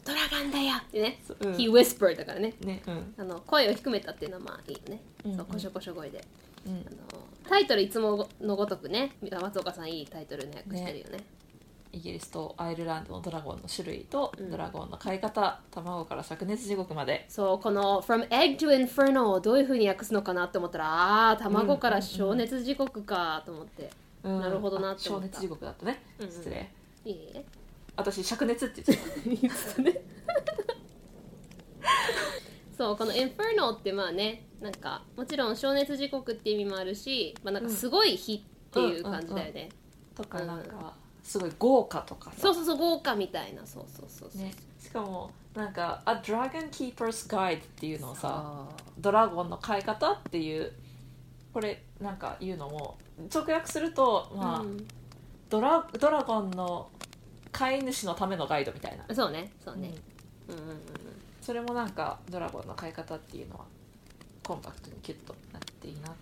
S4: ドラゴンだよってね。
S3: うん
S4: He whispered だからね。
S3: ね、うん。
S4: あの声を低めたっていうのはまあいいよね。
S3: うんうん
S4: そう、こしょこしょ声で。
S3: うん
S4: あ、のタイトルいつものごとくね、松岡さんいいタイトルの訳してるよね。
S3: イギリスとアイルランドのドラゴンの種類と、
S4: うん
S3: ドラゴンの飼い方、卵から灼熱地獄まで。
S4: そうこの「From Egg to Inferno」をどういうふうに訳すのかなって思ったらああー卵から消熱時刻かと思って、
S3: うん
S4: なるほどなって
S3: 消
S4: 思った
S3: 熱地獄だったね。
S4: うんうん
S3: 失礼。
S4: いい
S3: 私灼熱って言ってた
S4: いいですね そうこの「エンフェルノ」ってまあねなんかもちろん消熱時刻って意味もあるし、まあ、なんかすごい日っていう感じだよね、
S3: とかなんかすごい豪華とかさ
S4: そうそうそう豪華みたいなそうそうそうそう、
S3: ね、しかもなんか「A Dragon Keeper's Guide」っていうのをさ
S7: あ
S3: ドラゴンの飼い方っていうこれなんか言うのも直訳すると、まあ
S4: うん
S3: ドラドラゴンの飼い主のためのガイドみたいな、
S4: そうねそうね
S3: う、ん
S4: うん、うんうんうん
S3: それもなんかドラゴンの飼い方っていうのはコンパクトにキュッとなっていいなと、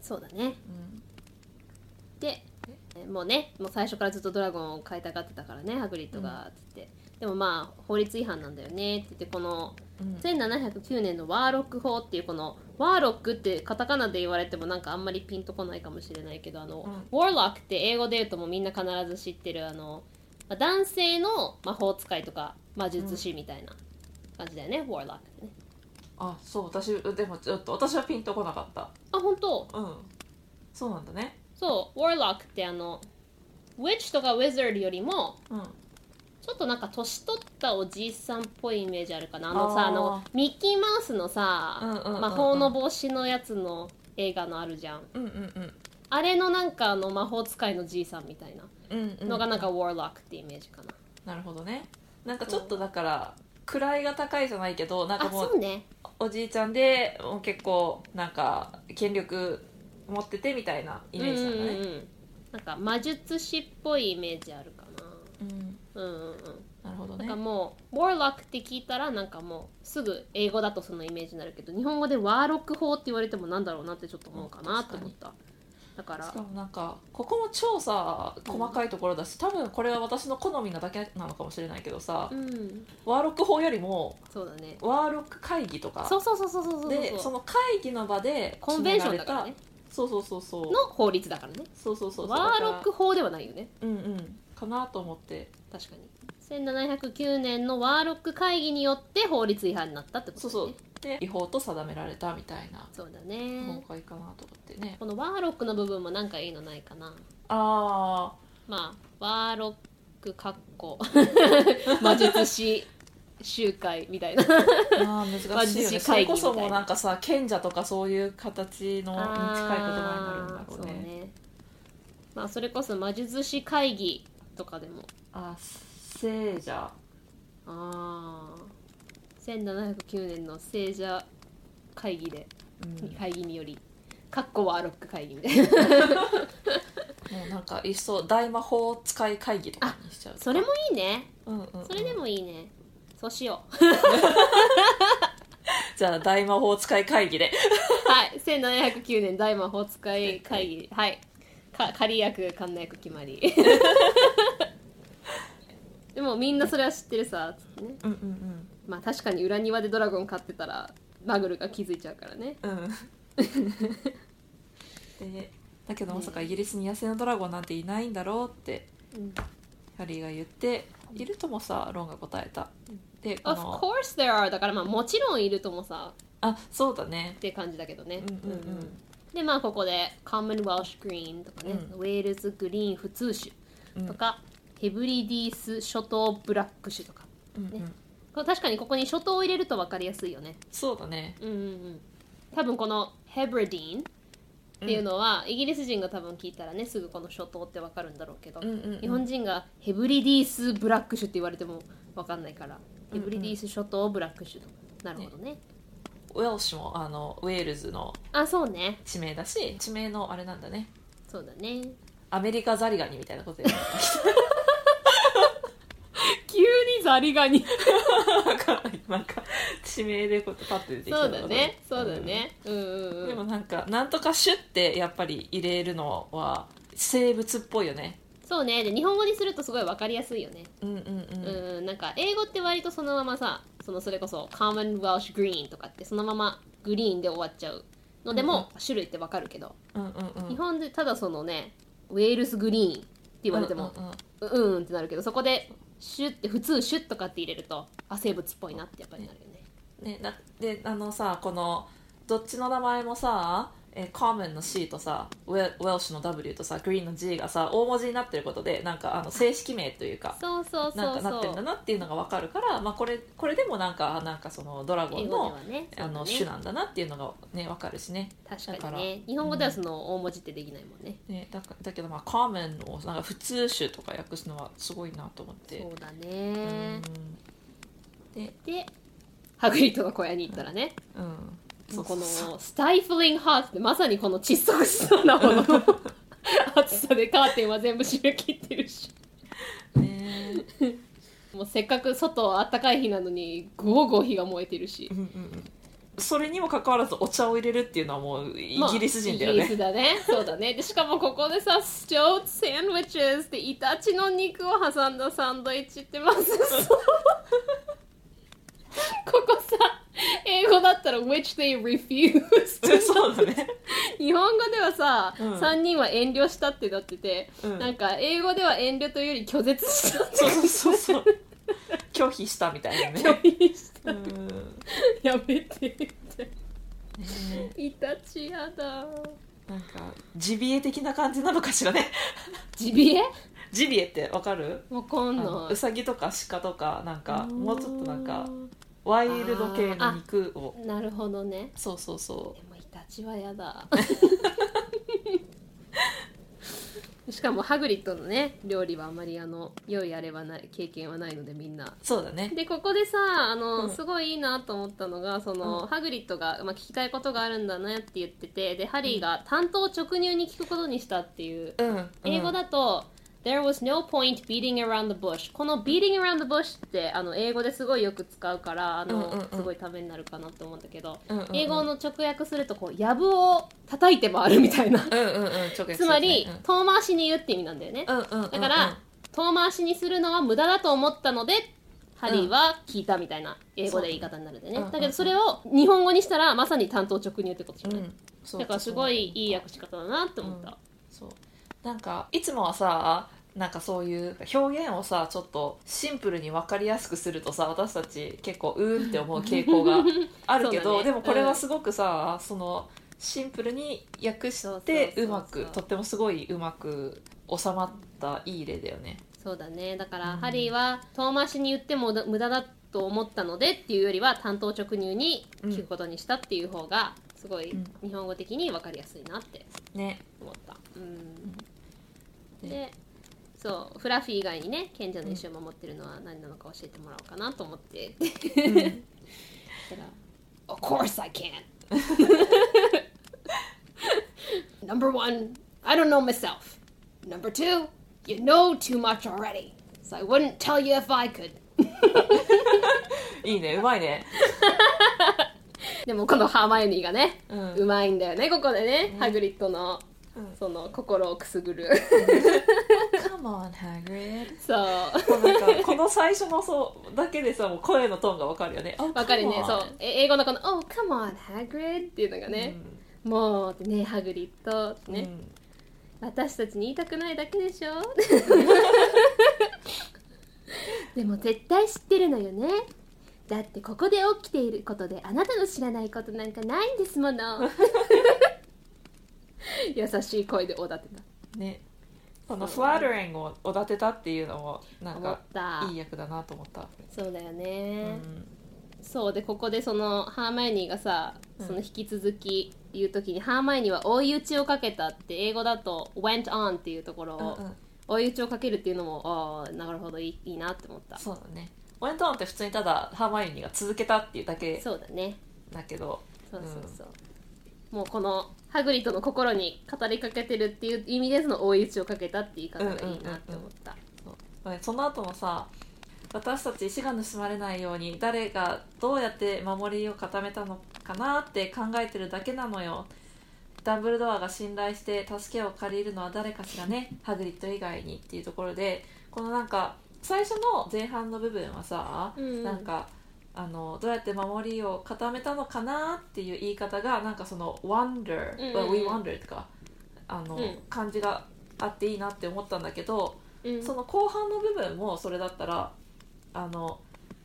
S4: そうだね
S3: うん
S4: でえもうねもう最初からずっとドラゴンを変えたがってたからねハグリッドがつって、でもまあ法律違反なんだよねって言ってこの
S3: うん
S4: 1709年のワーロック法っていうこのワーロックってカタカナで言われてもなんかあんまりピンとこないかもしれないけどあの、
S3: う
S4: ワーロックって英語で言うともうみんな必ず知ってるあのまあ男性の魔法使いとか魔術師みたいな感じだよね、ワーロックってね
S3: あそう私でもちょっと私はピンとこなかっ
S4: あ本当
S3: たうんそうなんだね
S4: そうワーロックってあのウィッチとかウィザードよりも
S3: うん
S4: ちょっとなんか年取ったおじいさんっぽいイメージあるかなあのさ
S3: あー
S4: あのミッキーマウスのさ、
S3: うんうんうんうん
S4: 魔法の帽子のやつの映画のあるじゃん
S3: うんうんうん
S4: あれのなんかあの魔法使いのじいさんみたいな
S3: うんうん
S4: のがなんか、ワーロックってイメージかな、
S3: なるほどねなんかちょっとだから位が高いじゃないけどなんか
S4: あ
S3: も
S4: そううね
S3: おじいちゃんでもう結構なんか権力持っててみたいなイメージなんだ
S4: うん
S3: ね
S4: うんうんなんか魔術師っぽいイメージあるか
S3: うん、
S4: なうんうんうん
S3: なるほど
S4: な
S3: ね
S4: んかもう、ワーロックって聞いたらなんかもうすぐ英語だとそのイメージになるけど日本語でワーロック法って言われてもなんだろうなってちょっと思うかなって思った、だから
S3: しかもなんかここも超さ細かいところだし多分これは私の好みなだけなのかもしれないけどさ、
S4: うん
S3: ワーロック法よりも
S4: そうだね
S3: ワーロック会議とか
S4: そうそうそうそうそうそう
S3: でその会議の場で
S4: コンベンションだから
S3: 決められ
S4: ね
S3: たそうそうそうそう
S4: の法律だからね
S3: そうそうそうそう
S4: ワーロック法ではないよね
S3: うんうんかなと思って
S4: 確かに1709年のワーロック会議によって法律違反になったってこ
S3: そ
S4: と
S3: う
S4: だよ
S3: そ
S4: ね
S3: うで違法と定められたみたいな
S4: そうだ
S3: 方
S4: ね
S3: がいいかなと思ってね
S4: このワーロックの部分もなんかいいのないかな
S3: あ
S4: まあワーロックかっ こ魔術師集会みたい な
S3: ーあー難しいよね
S4: まあ
S3: それこそ
S4: 自治会議みた
S3: もう
S4: いな
S3: なんかさ賢者とかそういう形のに近い言葉になるんだろう
S4: あーそう
S3: ね
S4: ねまあそれこそ魔術師会議とかでも
S3: あ聖者
S4: ああ1709年の聖者会議で、
S3: うん
S4: 会議によりカッコワーロック会議みたいな
S3: もうなんかいっそ大魔法使い会議とかにしちゃうとか
S4: それもいいね
S3: うんうんうん
S4: それでもいいねそうしよう
S3: じゃあ大魔法使い会議で
S4: はい1709年大魔法使い会議はいか仮役神田役決まり でもみんなそれは知ってるさつってね
S3: うんうん
S4: まあ確かに裏庭でドラゴン飼ってたらマグルが気づいちゃうからね
S3: うんうんでだけどまさかイギリスに野生のドラゴンなんていないんだろうってハリーが言っているともさロンが答えたでこ
S4: Of
S3: の
S4: course there are だからまあもちろんいるともさ
S3: あそうだね
S4: って感じだけどね、
S3: うんうんうん
S4: でまあここで「Commonwealth Green」とかね、
S3: う
S4: ウェールズグリーン普通種
S3: うん
S4: とか、ヘブリディース諸島ブラック種とか
S3: うんうん
S4: これ確かにここに諸島を入れると分かりやすいよね
S3: そうだね
S4: うんうんうん多分このヘブリディーンっていうのは、イギリス人が多分聞いたらねすぐこの諸島って分かるんだろうけど、
S3: うんうんうん
S4: 日本人がヘブリディースブラック種って言われても分かんないから、ヘブリディース諸島ブラック種とかなるほどね
S3: ウェルシュもあのウェールズの
S4: あそうね
S3: 地名だし地名のあれなんだね
S4: そうだね
S3: アメリカザリガニみたいなことや
S4: 急にザリガニ
S3: わかんないなんか地名でこうパッと出てきた
S4: そう
S3: のか
S4: だ
S3: な
S4: ねそうだねうんうん
S3: うん
S4: うん
S3: でもなんかなんとか種ってやっぱり入れるのは生物っぽいよね
S4: そうねで日本語にするとすごい分かりやすいよね
S3: うんうんう
S4: うん
S3: ん、
S4: うんなんか英語って割とそのままさそのそれこそ Common Welsh Green とかってそのままグリーンで終わっちゃうのでも種類って分かるけど、
S3: うんうんうん
S4: 日本でただそのねウェールズグリーンって言われても
S3: うんうんうん
S4: うんうん,、ってなるけどそこで種って普通種とかって入れるとあ生物っぽいなってやっぱりなるよね
S3: ね、なであのさこのどっちの名前もさ、えー、common の C とさ、Wel- Welsh の W とさ、Green の G がさ、大文字になってることで、なんかあの正式名というか、
S4: そうそうそうそう
S3: なんかなってるんだなっていうのがわかるから、まあこれ、これでもなんか、なんかそのドラゴ
S4: 英
S3: ン
S4: 語で
S3: の
S4: はね
S3: あの
S4: そう
S3: 種
S4: だね
S3: なんだなっていうのがね、わかるしね。
S4: 確
S3: だ
S4: か
S3: か
S4: に
S3: ら
S4: ね日本語ではその大文字ってできないもんね、
S3: ね、だかだけどまあ common をなんか普通種とか訳すのはすごいなと思って
S4: そうだ
S3: う
S4: ね
S3: ん、
S4: でハグリッドが小屋に行ったらね、
S3: うん
S4: も
S3: そうう
S4: こ
S3: そう
S4: の
S3: そう
S4: スタイフリングハーツってまさにこの窒息しそうなほどの 暑さでカーテンは全部閉め切ってるし
S3: ね
S4: もうせっかく外暖かい日なのにゴーゴー火が燃えてるし
S3: うんうんうんそれにもかかわらずお茶を入れるっていうのはもうイ
S4: まあ
S3: ギリス人だよね、
S4: イギリスだねそうだねでしかもここでさスチョーツサンドイッチスってイタチの肉を挟んだサンドイッチってまず そうここさ英語だったら which they refuse to
S3: そうだね、
S4: 日本語ではさ、
S3: うん
S4: 3人は遠慮したってなってて、
S3: うん
S4: なんか英語では遠慮というより拒絶したって
S3: そうそうそうそう拒否したみたいなね
S4: 拒否 した、
S3: うん
S4: やめてって
S3: ね
S4: イタチやだ
S3: なんかジビエ的な感じなのかしらね
S4: ジビエ
S3: ジビエってわかる
S4: わかん
S3: あの
S4: な
S3: ウ
S4: い
S3: サギとか鹿とかなんかもうちょっとなんかワイルド系の肉を
S4: なるほどね
S3: そうそうそ
S4: でもイタチは やだしかもハグリッドのね料理はあまりあの良いあれはない経験はないのでみんな
S3: うそうだね
S4: でここでさあの、
S3: うん
S4: すごいいいなと思ったのがその、ハグリッドが、まあ、聞きたいことがあるんだねって言っててでハリーが担当直入に聞くことにしたっていう、
S3: うんうん
S4: 英語だと「There was no point beating around the bush」この「beating around the bush」ってあの英語ですごいよく使うからあの、
S3: うんうんうん
S4: すごいためになるかなと思うんだけど、
S3: うんうんうん
S4: 英語の直訳するとこう「やぶを叩いて回る」みたいな
S3: うんうんうん直訳
S4: つまり、
S3: するね
S4: 遠回しに言うって意味なんだよね、
S3: うんうんうんうん
S4: だから、遠回しにするのは無駄だと思ったのでハリーは聞いたみたいな英語で言い方になるんでね、
S3: そううん
S4: だけどそれを日本語にしたらまさに担当直入ってことじゃ
S3: う
S4: ない、
S3: んそう
S4: だからすごいいい訳し方だなって思った、
S3: そうなんかいつもはさなんかそういう表現をさちょっとシンプルに分かりやすくするとさ私たち結構うーんって思う傾向 があるけ
S4: そう
S3: ど、
S4: だね
S3: でもこれはすごくさ、そのシンプルに訳
S4: そう
S3: し
S4: そう
S3: て
S4: そうそう
S3: うまくとってもすごいうまく収まったいい例だよね。
S4: そうだねだから、
S3: うん
S4: ハリーは遠回しに言っても無駄だと思ったのでっていうよりは担当直入に聞くことにしたっていう方がすごい
S3: うん
S4: 日本語的に分かりやすいなって
S3: ね。
S4: 思ったうん
S3: うん
S4: でそうフラフィー以外にね賢者の石を守ってるのは何なのか教えてもらおうかなと思って、そしたら「Of course I can! 」Number one, I don't know myself. Number two, you know too much already. So I wouldn't tell you if I could.
S3: いいねうまいね。
S4: でもこのハーマイオニーがね、
S3: う
S4: うんまいんだよね、ここでね。ハグリッドの、
S3: うん
S4: その心をくすぐ る。
S3: Come on, Hagrid.
S4: そう。
S3: もうなんかこの最初のそうだけでさもう声のトーンがわかるよ ね。。
S4: わかるね、そうう。え英語のこの、Oh, come on, Hagrid っていうのがね、もう、ね、ハグリッド
S3: うん、
S4: ね、
S3: うん
S4: 私たちに言いたくないだけでしょ でも絶対知ってるのよね。だってここで起きていることであなたの知らないことなんかないんですも の。優しい声でおだてた。
S3: ねこのフ
S4: そう
S3: ラトリングをおだてたっていうのもなん
S4: 思っ
S3: か
S4: た。
S3: いい役だなと思った、
S4: そうだよ
S3: う
S4: ね。
S3: ん、
S4: そうでここでそのハーマイオニーがさ
S3: うん
S4: その引き続き言う時に、ハーマイオニーは追い打ちをかけたって英語だと「went on」っていうところを、
S3: うんうん
S4: 追い打ちをかけるっていうのもああなるほどいいいいなって思ったそ
S3: そうだねオエントーンって普通にただハーマイオニーが続けたっていうだけ
S4: うだね
S3: だけど
S4: そうそうそう、もうこのハグリッドの心に語りかけてるっていう意味でその追い打ちをかけたっていう言い方がいいなって思った、
S3: まあその後もさ私たち石が盗まれないように誰がどうやって守りを固めたのかなって考えてるだけなのよダンブルドアが信頼して助けを借りるのは誰かしらねハグリッド以外にっていうところでこのなんか最初の前半の部分はさ、
S4: うんうん
S3: なんかあのどうやって守りを固めたのかなっていう言い方がなんかその「wonder」
S4: うんうん
S3: まあ we wonder」とかあの、
S4: うん
S3: 感じがあっていいなって思ったんだけど、
S4: うん
S3: その後半の部分もそれだったらあの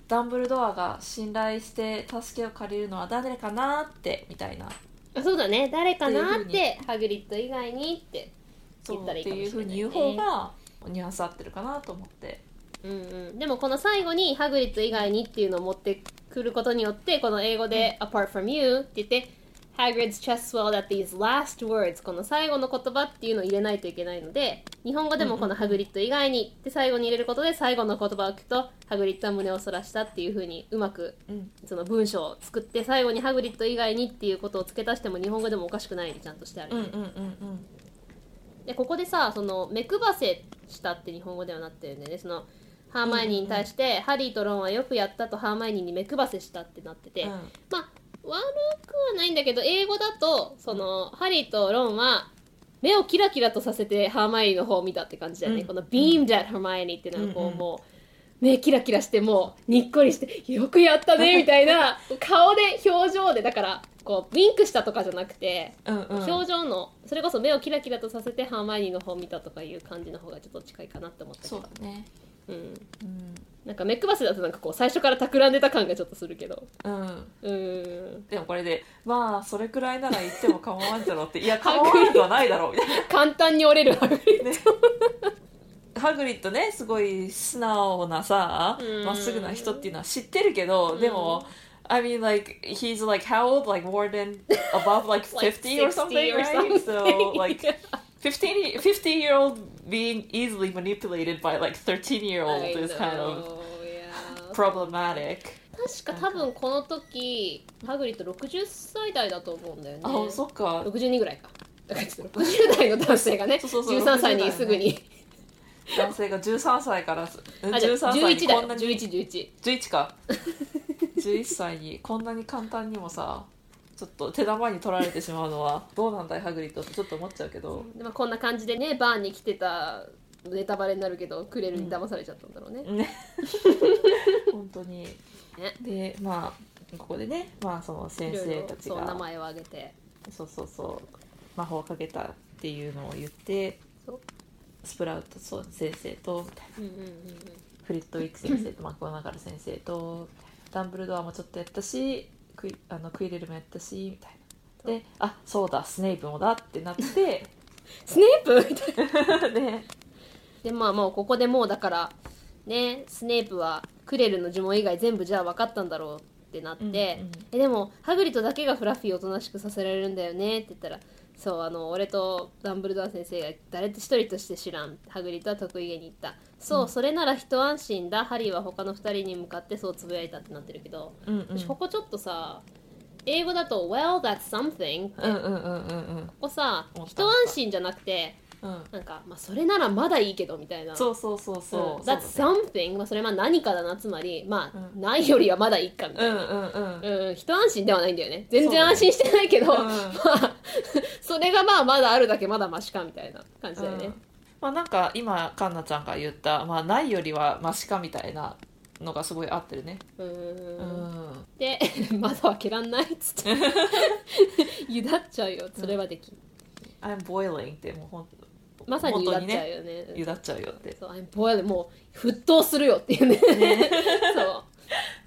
S3: ダンブルドアが信頼して助けを借りるのは誰かなってみたいな
S4: あそうだね誰かなっ
S3: ってい
S4: てハグリッド以外にって
S3: そう
S4: 言ったらい
S3: っ
S4: い
S3: て
S4: かもしれないね
S3: いうふうに言う方がニュアンス合ってるかなと思って
S4: うんうん、でもこの最後にハグリッド以外にっていうのを持ってくることによってこの英語で「apart from you」って言って「Hagrid's chest swelled at these last words」この最後の言葉っていうのを入れないといけないので日本語でもこの「ハグリッド以外に」って最後に入れることで最後の言葉を聞くとハグリッドは胸をそらしたっていうふうにうまく
S3: うん
S4: その文章を作って最後に「ハグリッド以外に」っていうことを付け足しても日本語でもおかしくないでちゃんとしてある
S3: うん
S4: よね、
S3: うんうんうん
S4: でここでさその目配せしたって日本語ではなってるんだよねそのハーマイオニーに対して、ハリーとロンはよくやったとハーマイオニーに目配せしたってなってて、
S3: うん
S4: まあ悪くはないんだけど英語だとそのハリーとロンは目をキラキラとさせてハーマイオニーの方を見たって感じだよね、
S3: うん
S4: この「beamed at ハーマイオニー」っていうのはこう、
S3: うんうん
S4: もう目キラキラしてもうにっこりして「よくやったね」みたいな顔で表情でだからこうウィンクしたとかじゃなくて
S3: うんうん
S4: 表情のそれこそ目をキラキラとさせてハーマイオニーの方を見たとかいう感じの方がちょっと近いかなって思ったけど
S3: そうだね
S4: うん、
S3: うん
S4: なんか目配せだとなんかこう最初から企んでた感がちょっとするけど
S3: うん
S4: うん
S3: でもこれでまあそれくらいなら言っても構わんじゃろうっていや構わんとはないだろうみたいな
S4: 簡単に折れるハグリッド
S3: ハグリッドねすごい素直なさ
S4: うん
S3: まっすぐな人っていうのは知ってるけど、
S4: ん
S3: でも I mean like he's like how old like more than above like
S4: like
S3: 50 or something
S4: or
S3: right so
S4: something.
S3: like 15 50 year old being easily manipulated by like 13 year old
S4: I
S3: is kind of
S4: know, yeah.
S3: problematic
S4: 確か多分この時ハグリッド60歳代だと思うんだよね
S3: あ、そっか
S4: 62ぐらいかだからちょっと60代の男性が ね
S3: そうそうそう
S4: 13歳にすぐに、
S3: 男性が13歳からうん
S4: あじゃあ
S3: 13歳に
S4: 11だ
S3: こ
S4: よ
S3: んなに
S4: 1111
S3: 11か 11歳にこんなに簡単にもさちょっと手玉に取られてしまうのはどうなんだいハグリッドってちょっと思っちゃうけ ど
S4: でまあ、こんな感じでねバーに来てたネタバレになるけどクレルに騙されちゃったんだろうね、
S3: ね本当に
S4: ね
S3: でまあここでねまあその先
S4: いろい
S3: 生
S4: ろ
S3: たち
S4: そう名
S3: が
S4: 前を挙げて
S3: そうそうそう魔法をかけたっていうのを言って
S4: そう
S3: スプラウトそう先生とみたいな
S4: うんうんうん
S3: フリットウィック先生とマクゴナガル先生とダンブルドアもちょっとやったしクイあのクイレルもやったしみたいなであそうだスネイプもだってなって
S4: スネープみ たいな
S3: で
S4: でまあもうここでもうだからねスネープはクレルの呪文以外全部じゃあ分かったんだろうってなって、
S3: うんうん
S4: えでもハグリッドだけがフラッフィーをおとなしくさせられるんだよねって言ったらそうあの俺とダンブルドア先生が誰と一人として知らんハグリッドは得意げに言ったそう、それなら一安心だハリーは他の二人に向かってそうつぶやいたってなってるけど、
S3: うんうん
S4: ここちょっとさ英語だと「well that's something」
S3: うんうんうんうんうん
S4: ここさ
S3: 思った
S4: 一安心じゃなくて
S3: うん
S4: なんか、まあ、それならまだいいけどみたいな
S3: そうそうそう
S4: うん
S3: そう、
S4: that's
S3: そう
S4: something、まあ、それは何かだなつまりまあ、
S3: うん
S4: ないよりはまだいいかみた
S3: だ
S4: い
S3: ね
S4: な、
S3: うんうんうん
S4: うん、一安心ではないんだよね全然安心してないけど、
S3: そうだね
S4: まあ それがまあまだあるだけまだマシかみたいな感じだよね、
S3: うんまあなんか今カンナちゃんが言ったまあないよりはマシかみたいなのがすごい合ってるね
S4: う
S3: うんん
S4: で 「まだ開けらんない」っつって ゆだっちゃうよそれはできん、
S3: I'm boiling ってもうほん
S4: まさにゆだっち
S3: 本
S4: ゃう
S3: 当
S4: よねうん
S3: ゆだっちゃうよって
S4: そう、I'm boiling もう沸騰するよっていうね そ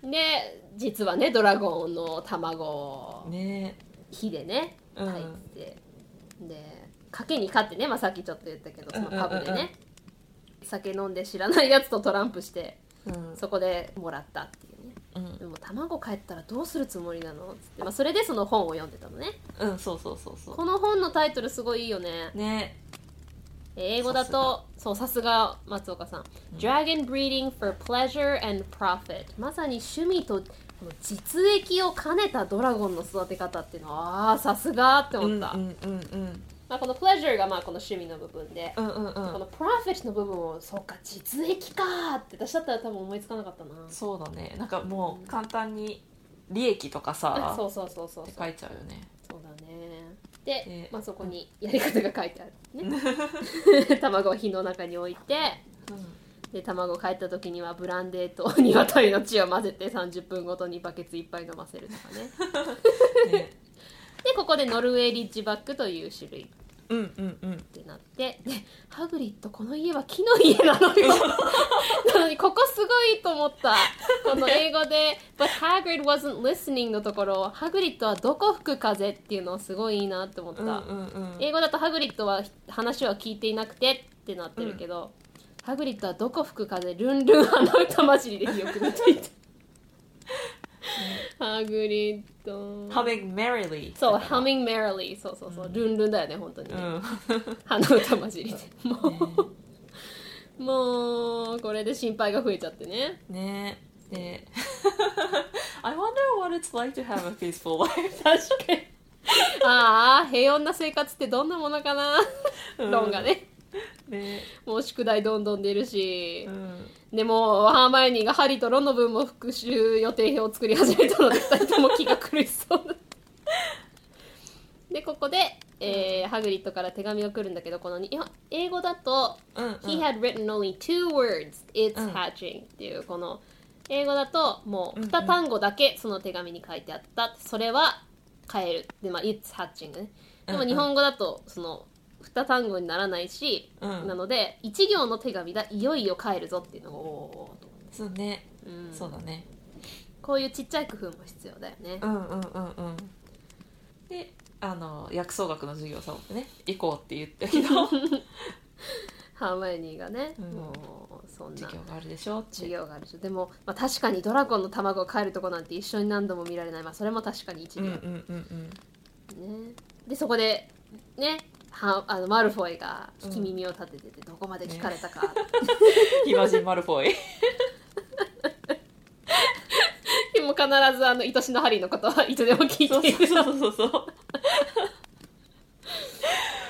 S4: うで実はねドラゴンの卵を
S3: ね
S4: 火でね
S3: うん
S4: 炊いて、で賭けに勝ってね、まあ、さっきちょっと言ったけどそのパブ
S3: うん
S4: でね、
S3: うんうんうん
S4: 酒飲んで知らないやつとトランプして
S3: うん
S4: そこでもらったっていうね
S3: うん
S4: でも卵帰ったらどうするつもりなのっつって、まあ、それでその本を読んでたのね
S3: うんそうそうそうそう
S4: この本のタイトルすごいいいよね
S3: ね
S4: 英語だとそうさすが松岡さん「Dragon Breeding for Pleasure and Profit」まさに趣味とこの実益を兼ねたドラゴンの育て方っていうのはあーさすがって
S3: うんう
S4: 思
S3: ん
S4: った、
S3: うんうん
S4: まあ、この Pleasure がまあこの趣味の部分で、
S3: うんうんう
S4: こ
S3: ん
S4: の Profit の部分をそうか実益かーって私だったら多分思いつかなかったな
S3: そうだねなんかもう簡単に利益とかさ
S4: そうそうそうそう
S3: って
S4: そう
S3: 書いちゃうよね
S4: そうだねで、
S3: で
S4: まあ、そこにやり方が書いてあるね 卵を火の中に置いてで卵帰った時にはブランデーと 鶏の血を混ぜて30分ごとにバケツいっぱい飲ませるとかね
S3: ね
S4: でここでノルウェーリッジバックという種類
S3: うんうんうん
S4: ってなってでハグリッドこの家は木の家なのよなのにここすごいと思ったこの英語で「But Hagrid wasn't listening」のところハグリッドはどこ吹く風っていうのすごいいいなって思った、
S3: うんうんうん
S4: 英語だとハグリッドは話は聞いていなくてってなってるけど、ハグリッドはどこ吹く風ルンルン花歌混じりでよく見ていた ハグリッド
S3: Humming merrily
S4: そう、Humming Merrily そうそうそう、ルンルンだよね本当に
S3: う
S4: ね、
S3: ん
S4: 鼻歌混じりでもうもうこれで心配が増えちゃってね
S3: ねね I wonder what it's like to have a peaceful life
S4: 確かにああ平穏な生活ってどんなものかな、ロンがね
S3: ね
S4: もう宿題どんどん出るし
S3: う、ん
S4: でもハーマイオニーがハリーとロンの分も復習予定表を作り始めたので2人とも気が狂いそうだでここで、えーハグリッドから手紙が来るんだけどこのにいや英語だと
S3: うんうん
S4: He had written only two words, it's
S3: うん
S4: hatching っていうこの英語だともう2単語だけその手紙に書いてあった。それは変える。で、まあ it's hatching ね。で
S3: うんう
S4: も
S3: ん
S4: 日本語だとその2単語にならないし、
S3: うん
S4: なので1行の手紙だ、いよいよ変えるぞっていうのがおーおーお
S3: そうね
S4: ーと、
S3: そう
S4: うん
S3: だね
S4: こういうちっちゃい工夫も必要だよね
S3: う。んうんうんうんであの薬草学の授業をサボってね行こうって言った けど
S4: ハーマイオニーがね、
S3: うん
S4: もうそんな
S3: 授業があるでしょって
S4: 授業があるでしょでも、まあ、確かにドラゴンの卵を変えるとこなんて一緒に何度も見られない、まあ、それも確かに1
S3: うん
S4: 秒、
S3: うんうん
S4: ね、でそこでねはあのマルフォイが聞き耳を立ててて、どこまで聞かれたか、
S3: うん暇人マルフォイ
S4: もう必ずあの愛しのハリーのことはいつでも聞い
S3: そう
S4: ている
S3: そうそうそう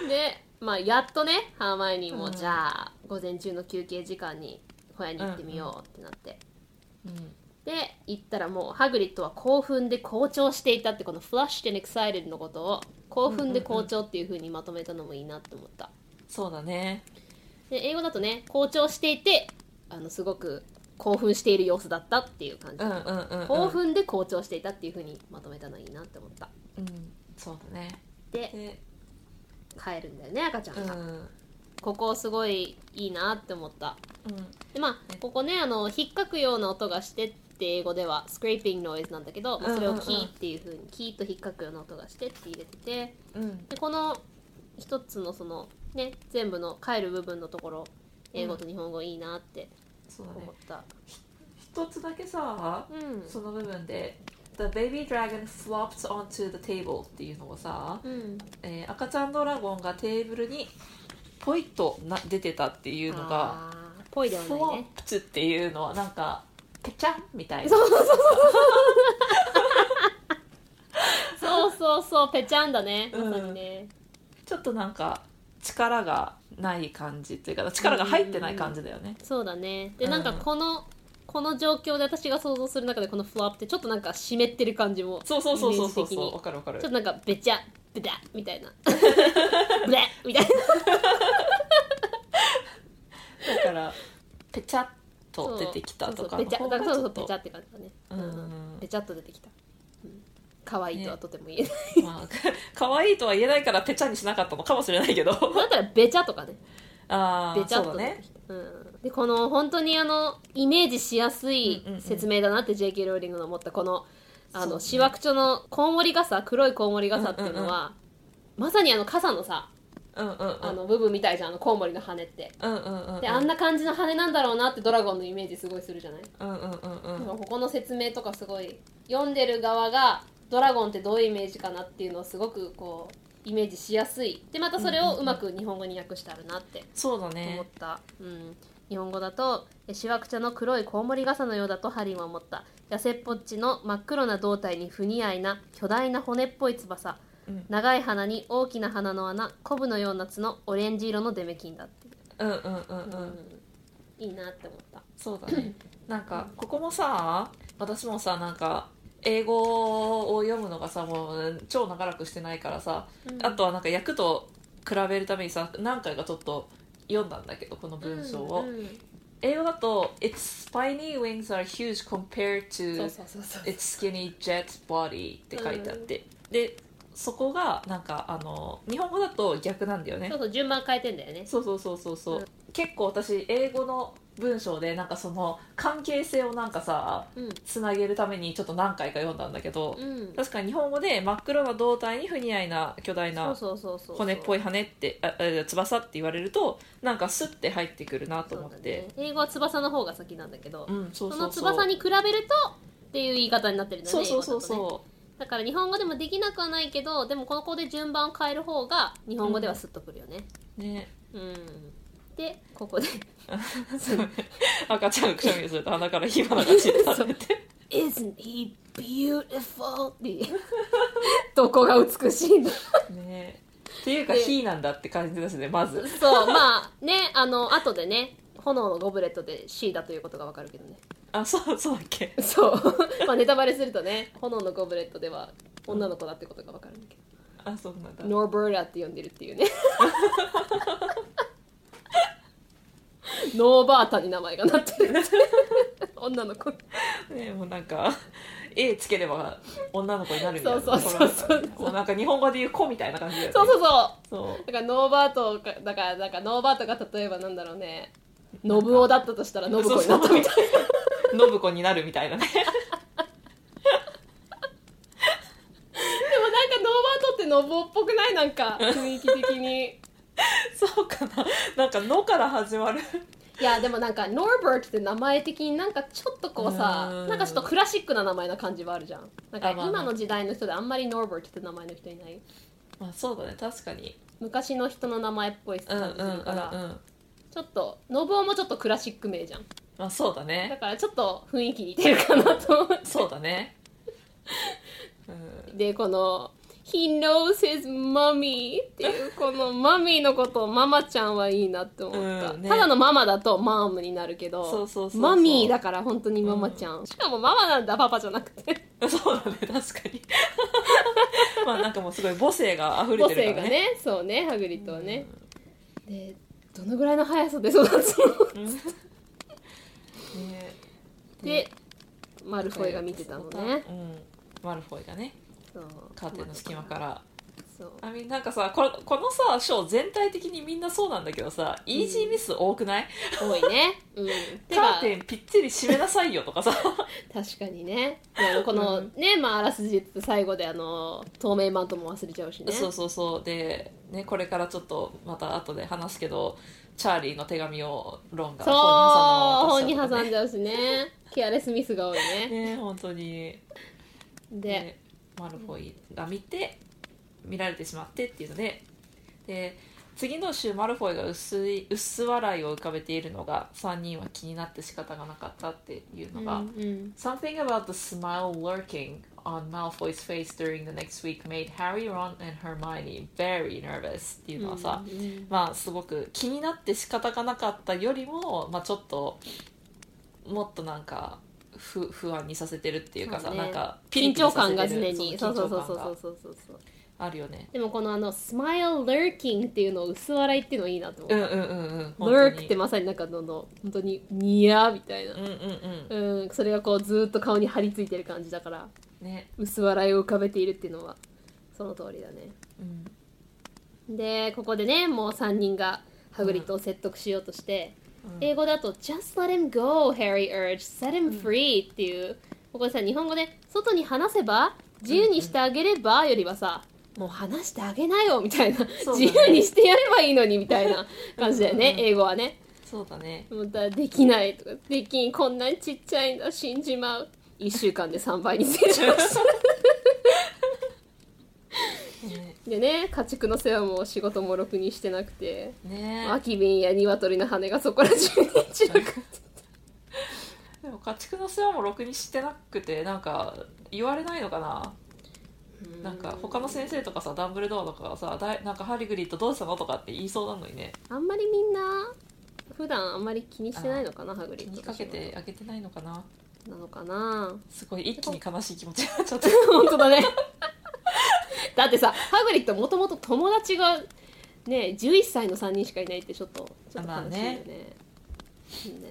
S4: で、まあ、やっとねハーマイオニーも、
S3: うん
S4: じゃあ午前中の休憩時間に小屋に行ってみようってなって、
S3: うん
S4: で行ったらもうハグリッドは興奮で校長していたってこの「flushed and excited」のことを興奮で校長っていう風にまとめたのもいいなって思った、
S3: そうだね
S4: で英語だとね校長していてあのすごく興奮している様子だったっていう感じ、
S3: うんうんうんうん
S4: 興奮で好調していたっていうふうにまとめたのいいなって思った
S3: うんそうだね
S4: で
S3: で
S4: 帰るんだよね赤ちゃ
S3: うんんう
S4: が、
S3: ん
S4: ここすごいいいなって思ったでまあここねあの引っかくような音がしてって英語ではスクレーピングノイズなんだけど、まあそれをキーっていうふうにキーと引っかくような音がしてって入れてて
S3: うん
S4: でこの一つのそのね全部の帰る部分のところ英語と日本語いいなって
S3: そうだね
S4: 思った、
S3: 一つだけさ
S4: うん
S3: その部分で「The baby dragon flopped onto the table」っていうのをさ、
S4: うん
S3: えー赤ちゃんドラゴンがテーブルにポイッとな出てたっていうのが
S4: あーぽいでは
S3: フ
S4: ない
S3: ォ
S4: ね
S3: ップっていうのはなんかペチャンみたいな
S4: そうそうそうそう。そうそうそう、ぺちゃんだね。
S3: うん
S4: まさにね。
S3: ちょっとなんか力がない感じっていうか力が入ってない感じだよね
S4: そうだね。で、
S3: うん
S4: なんかこの、この状況で私が想像する中でこのフラップってちょっとなんか湿ってる感じも。
S3: そうそうそうそうそう
S4: イメージ的
S3: そ
S4: に
S3: うわかるわかる
S4: ちょっとなんかべちゃ、べだみた いな。ブレみたいな。
S3: だからペチャッと出てきたとか
S4: そうそうべちゃ、だからそうそう、べちゃ
S3: ャ
S4: って感じだね。
S3: うんうん
S4: べちゃっと出てきた。うん可愛いとはとても 言えない。
S3: まあ可愛いとは言えないからペチャにしなかったのかもしれない けど
S4: だったらべちゃとかね。
S3: あ
S4: べ
S3: あ
S4: ちゃ
S3: そ
S4: っ
S3: う
S4: と
S3: だ
S4: 出て
S3: ね
S4: きたうん、でこの本当にあのイメージしやすい
S3: うんうんうん
S4: 説明だなって JK ローリングの思ったこのあ
S3: そう
S4: の
S3: ね
S4: しわくちょのこんもり傘黒いこんもり傘っていうのは、まさにあの傘のさ
S3: うんうんうん
S4: あの部分みたいじゃんあのコウモリの羽って
S3: うんうんうんうん
S4: であんな感じの羽なんだろうなってドラゴンのイメージすごいするじゃない、
S3: うんうんうんう
S4: だ
S3: ん
S4: からここの説明とかすごい読んでる側がドラゴンってどういうイメージかなっていうのをすごくこうイメージしやすいでまたそれをうまく日本語に訳してあるなって
S3: そうだ
S4: 思
S3: ね
S4: った、うん、日本語だとえしわくちゃの黒いコウモリ傘のようだとハリーは思った痩せっぽっちの真っ黒な胴体に不似合いな巨大な骨っぽい翼、
S3: うん
S4: 長い鼻に大きな鼻の穴コブのような角オレンジ色のデメキンだって、
S3: うんうんうんう
S4: うんいいなって思った
S3: そうだ ねなんかここもさ私もさなんか英語を読むのがさもう超長らくしてないからさ、
S4: うん
S3: あとはなんか訳と比べるためにさ何回かちょっと読んだんだけどこの文章を、
S4: うんうん
S3: 英語だと「Its spiny wings are huge compared
S4: そう
S3: to
S4: そうそうそう
S3: its skinny jet body」って書いてあって、でそこがなんかあの日本語だと逆なんだよね
S4: そうそう順番変えてんだよね
S3: そうそうそうそうそう、結構私英語の文章でなんかその関係性をなんかさ
S4: うん
S3: つなげるためにちょっと何回か読んだんだけど、
S4: うん
S3: 確かに日本語で真っ黒な胴体に不似合いな巨大な
S4: そうそうそうそう
S3: 骨っぽ
S4: い
S3: い羽ってああ翼って言われるとなんかスッて入ってくるなと思って
S4: 英語は翼の方が先なんだけど、
S3: うんそうそうそう
S4: その翼に比べるとっていう言い方になってるんだね
S3: そうそうそう
S4: 英語だとね
S3: そ
S4: だから日本語でもできなくはないけどでもこの子で順番を変える方が日本語ではスッとくるよね
S3: うね
S4: うん、でここで
S3: 赤ちゃんくしゃみすると鼻から火花が散ったって
S4: 「Isn't he beautiful?」っていうどこが美し いんだ
S3: ねっていうか
S4: で
S3: 火なんだって感じですねまず
S4: そうまあねあの後でね炎のゴブレットで C だということがわかるけどね
S3: あそうそうだっけ
S4: そう まあネタバレするとね炎のゴブレットでは女の子だってことがわかるんだけ
S3: あそうなんだ
S4: どノーバーラって呼んでるっていうねノーバータに名前がなってる女の子
S3: ねもうなんか A つければ女の子になるみたいな
S4: そうそうそうそう
S3: もうなんか日本語で言う子みたいな感じだよね
S4: そうそうそ
S3: そう
S4: うだからノーバートかだからだからノーバートが例えばなんだろうねノブオだったとしたらノブコになったみたいな
S3: 信子になるみたいなね
S4: でもなんかノーバートってノブオっぽくないなんか雰囲気的に
S3: そうかななんか「の」から始まる
S4: いやでもなんかノーバートって名前的になんかちょっとこうさ
S3: うん
S4: なんかちょっとクラシックな名前な感じはあるじゃんなんか
S3: あまあまあ
S4: 今の時代の人であんまりノーバートって名前の人いない
S3: まあそうだね確かに
S4: 昔の人の名前っぽい
S3: うんうん
S4: 感じ
S3: うん
S4: す
S3: うん
S4: るから、ちょっとノブオもちょっとクラシック名じゃん
S3: まあそうだ
S4: だ
S3: ね
S4: からちょっと雰囲気似てるかなと思って
S3: そうだねうん
S4: でこの「He knows his mommy」っていうこのマミーのことをママちゃんはいいなって思った、
S3: うんね
S4: ただのママだとマームになるけど
S3: そうそうそうそう
S4: マミーだから本当にママちゃん、しかもママなんだパパじゃなくて
S3: そうだね確かに まあなんかもうすごい母性が溢れ
S4: 母
S3: てる
S4: 性
S3: か
S4: が
S3: らね
S4: ねそうねハグリッドはね、でどのぐらいの速さで育つの
S3: ね
S4: でマルフォイが見てたのね
S3: うんマルフォイがね
S4: そう
S3: カーテンの隙間から
S4: そう
S3: あみなんかさここのさショー全体的にみんなそうなんだけどさ、イージーミス多くない
S4: 多いね うんて
S3: カ
S4: か
S3: ーテンぴっちり閉めなさいよとかさ
S4: 確かにねであのこの、
S3: うん
S4: ねまああらすじって最後であの透明マントも忘れちゃうし ね
S3: そうそうそうで、ね、これからちょっとまた後で話すけどチャーリーの手紙をロンが
S4: そう
S3: 本
S4: 本
S3: に
S4: に
S3: 挟んだまま渡した
S4: 挟ん
S3: と
S4: じゃうしねケアレスミスが多い
S3: か
S4: ね
S3: ねね本当に
S4: で、
S3: でマルフォイが見て見られてしまってっていうのでで次の週マルフォイが薄い薄笑いを浮かべているのが3人は気になって仕方がなかったっていうのが、
S4: うん
S3: Something about the smile lurking on Malfoy's face during the next week made Harry, Ron, and Hermione very nervous っていうのはさ、
S4: うん
S3: まあすごく気になって仕方がなかったよりも、まあ、ちょっともっとなんか不不安にさせてるっていうかさ
S4: そうね
S3: なんかピリ
S4: 緊
S3: ピリ
S4: 張
S3: させ
S4: 感
S3: て
S4: が
S3: る
S4: 常にそうそう
S3: 緊張
S4: そう
S3: 感
S4: そうそ
S3: が
S4: うそうそうそう
S3: あるよね
S4: でもこのあの「smile lurking」っていうのを薄笑いっていうのいいなと
S3: うん
S4: 思
S3: うんうんうん
S4: う、lurk って
S3: ま
S4: まさになんかどの本当にニヤみたいな
S3: うんうんうん
S4: うんそれがこうずーっと顔に張り付いてる感じだから
S3: ね
S4: 薄笑いを浮かべているっていうのはその通りだね
S3: うん
S4: でここでねもう3人がハグリッドを説得しようとして、
S3: うん
S4: 英語だと「Just let him go Harry urged set him free」っていうここでさ日本語で「外に話せば自由にしてあげれば」よりはさ「もう話してあげなよ」みたいな、
S3: そうだ
S4: 自
S3: ね
S4: 由にしてやればいいのにみたいな感じだよね英語はね
S3: そうだね
S4: もうだできないとかできんこんなにちっちゃいんだ死んじまう1週間で3倍に成長 した
S3: ね
S4: でね家畜の世話も仕事もろくにしてなくて
S3: ね
S4: 空き瓶や鶏の羽がそこら中に散らかって
S3: でも家畜の世話もろくにしてなくてなんか言われないのかななんか他の先生とかさダンブルドアとかがさだいなんかハリグリッドどうしたのとかって言いそうなのにね
S4: あんまりみんな普段あんまり気にしてないのかなハグリ
S3: 気
S4: ッド
S3: に
S4: の
S3: か
S4: 仕
S3: け
S4: 事
S3: てあげてないのかな
S4: なの かな
S3: すごい一気に悲しい気持ちになっ ちゃった
S4: 本当だねだってさハグリッドもともと友達がね11歳の3人しかいないってちょっとちょっと
S3: まあ
S4: 悲しいよね,、
S3: ね
S4: ね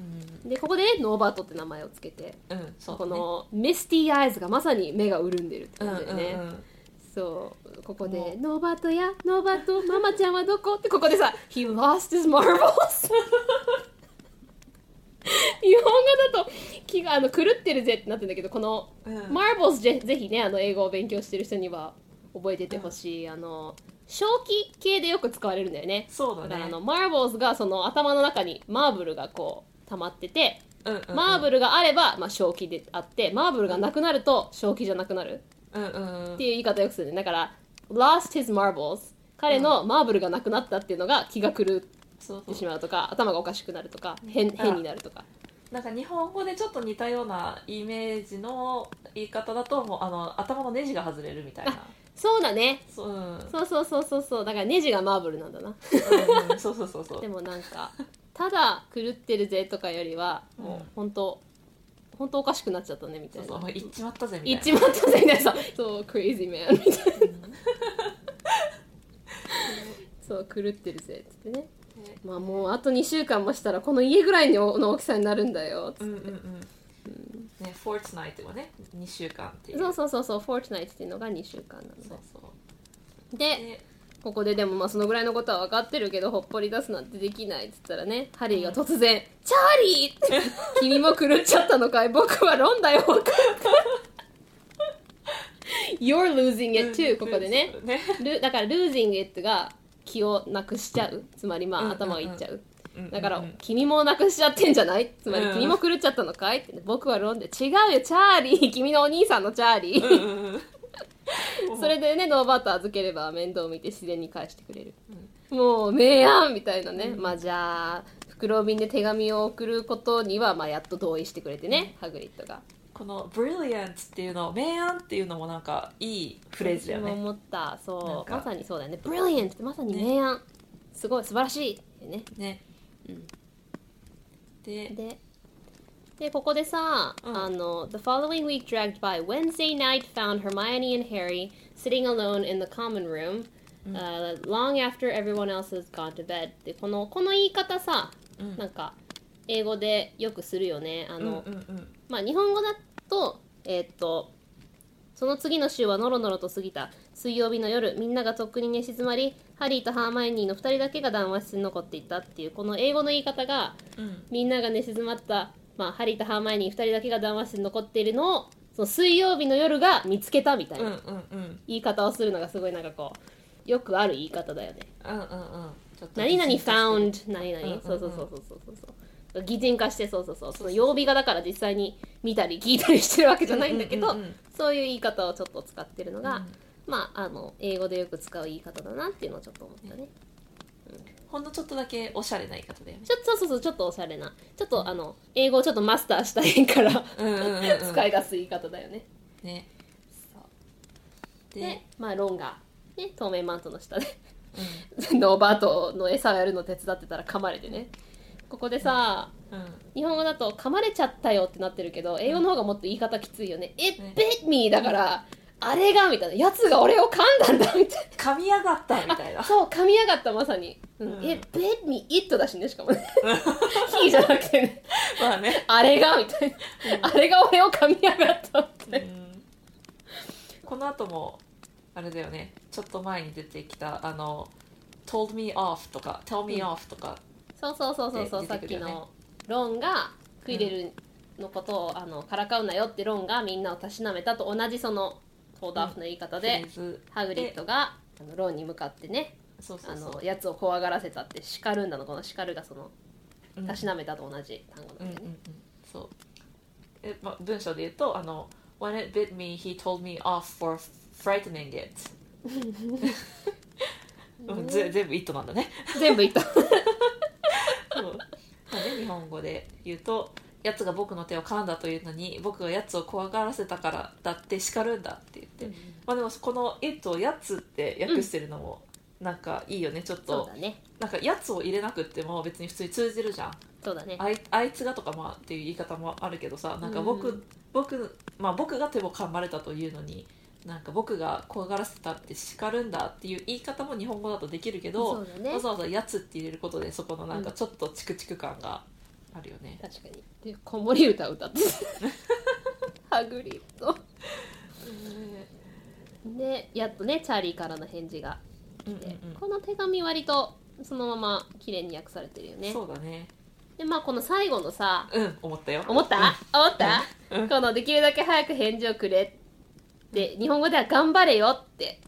S3: うん、
S4: でここでねノーバートって名前をつけて、
S3: うん、そう
S4: こ
S3: だね
S4: のミスティーアイズがまさに目が潤んでるって
S3: うん
S4: 感じだよね、
S3: うんうん
S4: そうここで「ノーバートやノーバートママちゃんはどこ?」ってここでさ「He lost his marbles」日本語だと気があの狂ってるぜってなってんだけどこの「marbles ぜ」ぜひねあの英語を勉強してる人には覚えててほしいあの正気系でよく使われるんだよね
S3: そうだ
S4: だ
S3: ね
S4: からあのマーボーズがその頭の中にマーブルがこう溜まってて、
S3: うんうんうん
S4: マーブルがあれば、まあ、正気であってマーブルがなくなると正気じゃなくなる
S3: うんうん
S4: っていう言い方をよくするねだから「lost his marbles」彼のマーブルがなくなったっていうのが気が狂っ
S3: そう
S4: てしまうとか頭がおかしくなるとか変変になるとか
S3: なんか日本語でちょっと似たようなイメージの言い方だともうあの頭のネジが外れるみたいな
S4: そうだね
S3: そう,、うんうん、
S4: そうそうそうそうそうだからネジがマーブルなんだな
S3: そうそうそうそう
S4: でもなんかただ狂ってるぜとかよりはもう本当、本当おかしくなっちゃったねみ
S3: そ
S4: たいうな
S3: そうもう行っちまったぜみ
S4: 言った
S3: い
S4: ち
S3: な
S4: まったぜみたいなさそうクレイジーマンみたいなそう狂ってるぜっつってねまあもうあと2週間もしたらこの家ぐらいのの大きさになるんだよつ
S3: う
S4: っ
S3: んうん
S4: て、
S3: うんねフォーツナイトはね2週間っていう
S4: そうそうそうそう「フォーチュナイト」っていうのが2週間なので
S3: そうそう
S4: で
S3: で
S4: ここででもまあそのぐらいのことは分かってるけどほっぽり出すなんてできないっつったらねハリーが突然「チャーリー!」って「君も狂っちゃったのかい僕はロンだよ」You're losing it too ここでね
S3: ね
S4: ルだから losing it が気をなくしちゃうつまりまあ、
S3: うんうんうん
S4: 頭をいっちゃう
S3: うんうんうん
S4: だから、君もなくしちゃってんじゃないつまり、
S3: うん
S4: 君も狂っちゃったのかいって僕はロンで違うよチャーリー 君のお兄さんのチャーリー、
S3: うんうんうん
S4: それでねノーバート預ければ面倒見て自然に返してくれる、もう名案みたいなね、まあじゃあ袋瓶で手紙を送ることには、まあ、やっと同意してくれてね、ハグリッドが
S3: この「brilliant」っていうの「明暗」っていうのもなんかいいフレーズだよ
S4: 私
S3: ね
S4: も思った
S3: な
S4: そ
S3: ん
S4: う
S3: か
S4: まさにそうだよね「ブリリアント」ってまさに名案、すごい素晴らしいってね
S3: ね、で
S4: ででここでさ、
S3: うん
S4: あの「The following week dragged by Wednesday night found Hermione and Harry sitting alone in the common room、uh, long after everyone else has gone to bed」でこのこの言い方さ、なんか英語でよくするよねあ
S3: うんう
S4: の、
S3: んうん
S4: まあ日本語だとえーっとその次の週はノロノロと過ぎた水曜日の夜みんながとっくに寝静まりハリーとハーマイオニーの2人だけが談話室に残っていたっていうこの英語の言い方が
S3: うん
S4: みんなが寝静まった、まあ、ハリーとハーマイオニー2人だけが談話室に残っているのをその水曜日の夜が見つけたみたい
S3: うんう
S4: なん
S3: うん
S4: 言い方をするのがすごいなんかこうよくある言い方だよね
S3: うんうんうんちょっと
S4: 何々
S3: 擬人化してる
S4: found 何々、
S3: うんうんうん
S4: そうそうそうそうそうそうそう擬人化してそうそうそうその曜日がだから実際に見たり聞いたりしてるわけじゃないんだけど、
S3: うんうんうんうん
S4: そういう言い方をちょっと使ってるのが、まああの英語でよく使う言い方だなっていうのをちょっと思ったね
S3: ほんのちょっとだけおしゃれな言い方だよね
S4: ちょっとそうそうそうちょっとおしゃれなちょっとあの英語をちょっとマスターしたいから
S3: うんうんうんうん
S4: 使い出す言い方だよね。
S3: ね
S4: で
S3: で、
S4: まあ、ロンが、ね、透明マントの下で、 ノーバートの餌をやるの手伝ってたら噛まれてね。ここでさ、
S3: うん
S4: 日本語だと噛まれちゃったよってなってるけど、英語の方がもっと言い方きついよね。It
S3: ね
S4: bit me だから、あれがみたいな、やつが俺を噛んだんだみたい
S3: 噛み上がったみ たいな
S4: な。そう、噛み上がったまさに。うん
S3: うん
S4: It bit me, it だしね、しかもね。he じゃなくて ね、
S3: まあね
S4: あれがみたいな、あれが俺を噛み上がったみたいな。
S3: この後もあれだよねちょっと前に出てきたあの「told me off」とか「tell me off」とか
S4: そうそうそうそうそう、
S3: で
S4: さ
S3: 出
S4: って
S3: く
S4: き
S3: るよね
S4: のロンがクイレルのことを、あのからかうなよってロンがみんなをたしなめたと同じそのトーダーフの言い方
S3: フレ
S4: で、
S3: ーズ
S4: ハグリッドがあのロンに向かってね
S3: そうそ
S4: あ
S3: うそう
S4: のやつを怖がらせたって叱るんだのこの叱るがその
S3: うん
S4: たしなめたと同じ単語
S3: う
S4: なんん
S3: うん
S4: だよ
S3: う
S4: ね、
S3: んそうえ、ま、文章で言うとあの「When it bit me he told me off for frightening it」うんぜ全部「it」なんだね
S4: 全部言った
S3: そうまあね日本語で言うと「やつが僕の手を噛んだというのに僕がやつを怖がらせたからだって叱るんだ」って言って、まあでもこの「えっとやつ」って訳してるのもなんかいいよねちょっ
S4: そう
S3: と
S4: だね
S3: なんか「やつ」を入れなくっても別に普通に通じるじゃん
S4: そうだね
S3: あいあいつがとかまあっていう言い方もあるけどさなんか僕、
S4: うん
S3: 僕まあ僕が手を噛まれたというのになんか僕が怖がらせたって叱るんだっていう言い方も日本語だとできるけ
S4: そ
S3: ど、
S4: うだね
S3: わざわざ「やつ」って入れることでそこのなんか
S4: うん
S3: ちょっとチクチク感があるよね、
S4: 確かにで子守歌歌ってハグリッド
S3: うん
S4: ねでやっとねチャーリーからの返事が
S3: うんうん
S4: 来て、この手紙割とそのまま綺麗に訳されてるよ
S3: うん
S4: ね
S3: そうだね
S4: でまあこの最後のさ
S3: うん思ったよ
S4: 思った、思った、
S3: うんうん
S4: このできるだけ早く返事をくれで日本語では頑張れよって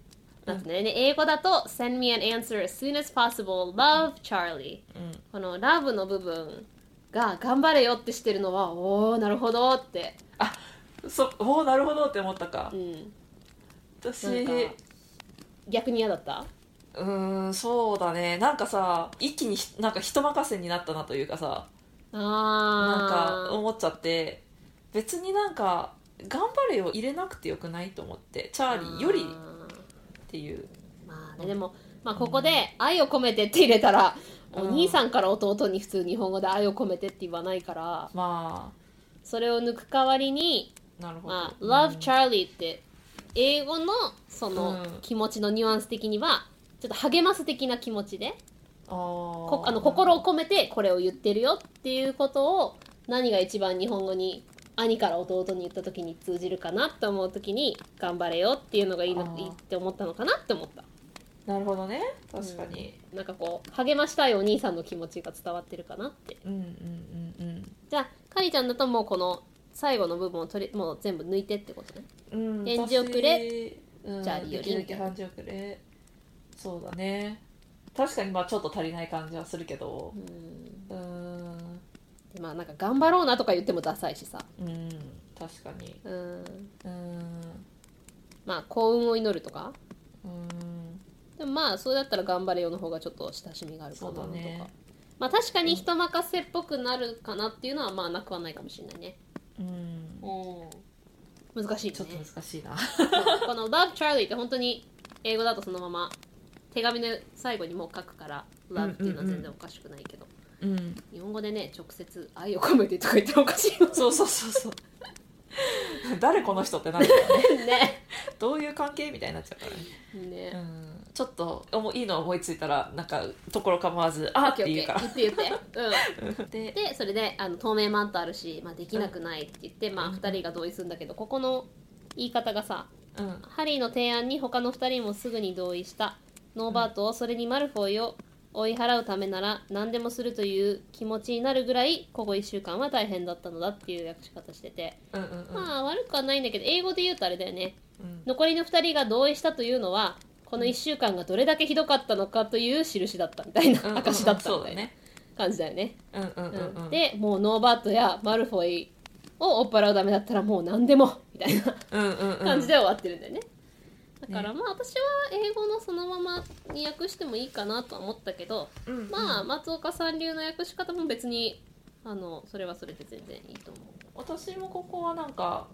S4: なってね、で英語だと Send me an answer as soon as possible love Charlie
S3: うん
S4: このラブの部分が頑張れよってしてるのはおおなるほどって
S3: そおーなるほどって思ったか
S4: うん
S3: 私
S4: なんか逆に嫌だった
S3: うーんそうだねなんかさ一気にひなんか人任せになったなというかさ
S4: あ
S3: なん
S4: あ
S3: か思っちゃって別になんか「頑張れよ」入れなくてよくないと思ってチャーリーよりっていう
S4: まあねでも、まあ、ここで「愛を込めて」って入れたら、
S3: うん
S4: お兄さんから弟に普通日本語で「愛を込めて」って言わないから
S3: ま
S4: それを抜く代わりに
S3: あなる
S4: 「
S3: ほど、
S4: まあ、
S3: う
S4: Love
S3: ん
S4: Charlie」って英語のその
S3: うん
S4: 気持ちのニュアンス的にはちょっと励ます的な気持ちで
S3: あー
S4: こあの心を込めてこれを言ってるよっていうことを何が一番日本語に兄から弟に言った時に通じるかなって思う時に「頑張れよ」っていうのがいい
S3: あ
S4: の
S3: ー
S4: いいって思ったのかなって思った。
S3: なるほどね確かに、
S4: なんかこう励ましたいお兄さんの気持ちが伝わってるかなって
S3: うん、うんうん
S4: じゃあかりちゃんだともうこの最後の部分を取りもう全部抜いてってことね
S3: うんうん
S4: 返事をくれ
S3: 私うん、
S4: チャーリー
S3: で
S4: より
S3: きるだけ返事をくれそうだね確かにまあちょっと足りない感じはするけど
S4: うん
S3: うーん
S4: でまあなんか頑張ろうなとか言ってもダサいしさ
S3: うん確かに
S4: うん
S3: うーん
S4: まあ幸運を祈るとか
S3: うーん
S4: でもまあそれだったら頑張れよの方がちょっと親しみがあるか
S3: そ
S4: な
S3: う
S4: と
S3: だ
S4: か、
S3: ね
S4: まあ確かに人任せっぽくなるかなっていうのはまあなくはないかもしれないね
S3: うん
S4: 難しいね
S3: ちょっと難しいな
S4: そうこの「Love Charlie」って本当に英語だとそのまま手紙の最後にもう書くから「Love」っていうのは全然おかしくないけど、
S3: うん
S4: 日本語でね直接「愛を込めて」とか言ったらおかしいもん
S3: そうそうそうそう 誰この人ってなるからね
S4: ね
S3: どういう関係みたいになっちゃうから ねう
S4: ね
S3: んちょっとおもいいの思いついたらなんかところ構わず「あ」って言うから
S4: 言って言って、う
S3: で
S4: ん、でそれであの透明マントあるし、まあ、できなくないって言って、まあ、
S3: うん
S4: 2人が同意するんだけどここの言い方がさ
S3: うん
S4: ハリーの提案に他の2人もすぐに同意したノーバートをそれにマルフォイを追い払うためなら何でもするという気持ちになるぐらいここ1週間は大変だったのだっていう訳し方してて、
S3: うんうんうん
S4: まあ悪くはないんだけど英語で言うとあれだよね
S3: うん
S4: 残りの2人が同意したというのはこの1週間がどれだけひどかったのかという印だったみたいな、
S3: うんうんうん
S4: 証だった
S3: そ
S4: み
S3: う
S4: た
S3: だ
S4: いな
S3: ね
S4: 感じだよね、
S3: うんうんうんうん
S4: でもうノーバートやマルフォイを追っ払うためだったらもう何でもみたいな
S3: うんうんうん
S4: 感じで終わってるんだよね、だから
S3: ね
S4: まあ私は英語のそのままに訳してもいいかなとは思ったけど、
S3: うんうん
S4: まあ松岡さん流の訳し方も別にあのそれはそれで全然いいと思う
S3: 私もここはなんか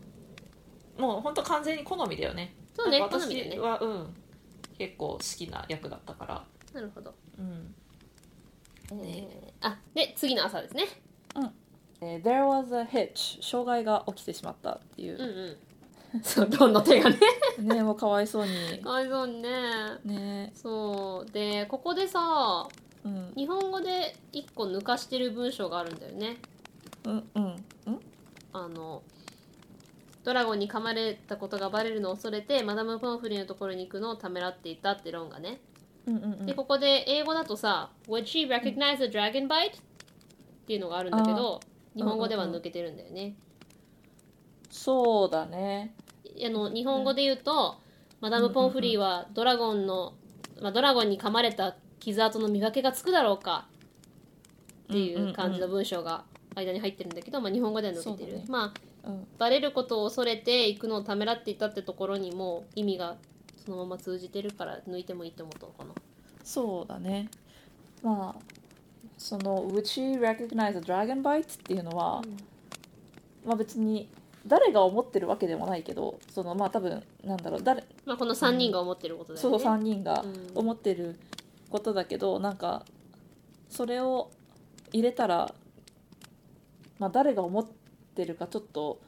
S3: もう本当完全に好みだよね
S4: そうね
S3: なんか
S4: 好みだよ
S3: 私
S4: ね
S3: はうん結構好きな役だったから
S4: なるほど、
S3: うん
S4: えーあで次の朝ですね
S3: えー There was a hitch 障害が起きてしまったっていうう、
S4: んうんそうロンの手 がね
S3: ねもうかわいそうに
S4: かわいそうにね
S3: ね
S4: そうでここでさ
S3: うん
S4: 日本語で一個抜かしてる文章があるんだよね
S3: うんうんうん
S4: あのドラゴンに噛まれたことがバレるのを恐れてマダム・ポンフリーのところに行くのをためらっていたってロンがね、
S3: うんうんうん
S4: でここで英語だとさ「Would she recognize a dragon bite?」っていうのがあるんだけど日本語では抜けてるんだよね、
S3: そうだね
S4: あの日本語で言うと、マダム・ポンフリーはドラゴンの、まあ、ドラゴンに噛まれた傷跡の見分けがつくだろうかっていう感じの文章が間に入ってるんだけど、まあ、日本語では抜けて
S3: そう
S4: る、
S3: だね
S4: まあ
S3: うん
S4: バレることを恐れて行くのをためらっていたってところにも意味がそのまま通じてるから抜いてもいいと思ったのかな
S3: そうだねまあその「Would she recognize a dragon bite?」っていうのは、まあ別に誰が思ってるわけでもないけどそのまあ多分なんだろう誰
S4: まあ、この3人が思ってることだよ
S3: そ
S4: ね。
S3: う3人が
S4: うん
S3: 思ってることだけど、なんかそれを入れたら、まあ、誰が思ってるかちょっと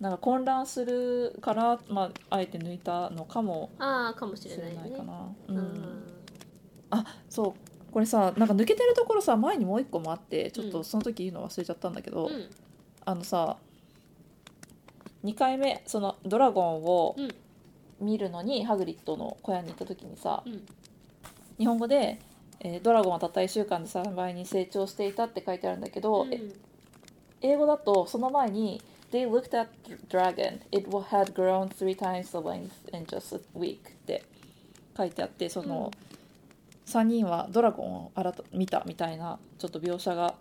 S3: なんか混乱するから、まあ、あえて抜いたのかも
S4: ああかもし
S3: し
S4: れ
S3: れ
S4: な
S3: ない
S4: よ
S3: い
S4: ね
S3: か。な。
S4: う
S3: うん
S4: ん
S3: そうこれさなんか抜けてるところさ前にもう一個もあってちょっとその時言うの忘れちゃったんだけど、
S4: うん
S3: あのさ2回目そのドラゴンを
S4: うん
S3: 見るのにハグリッドの小屋に行った時にさ、
S4: うん
S3: 日本語で、えードラゴンはたった1週間で3倍に成長していた」って書いてあるんだけど、え英語だとその前に「They looked at the dragon. It had grown three times the length in just a week」って書いてあってその、3人はドラゴンを新た見たみたいなちょっと描写が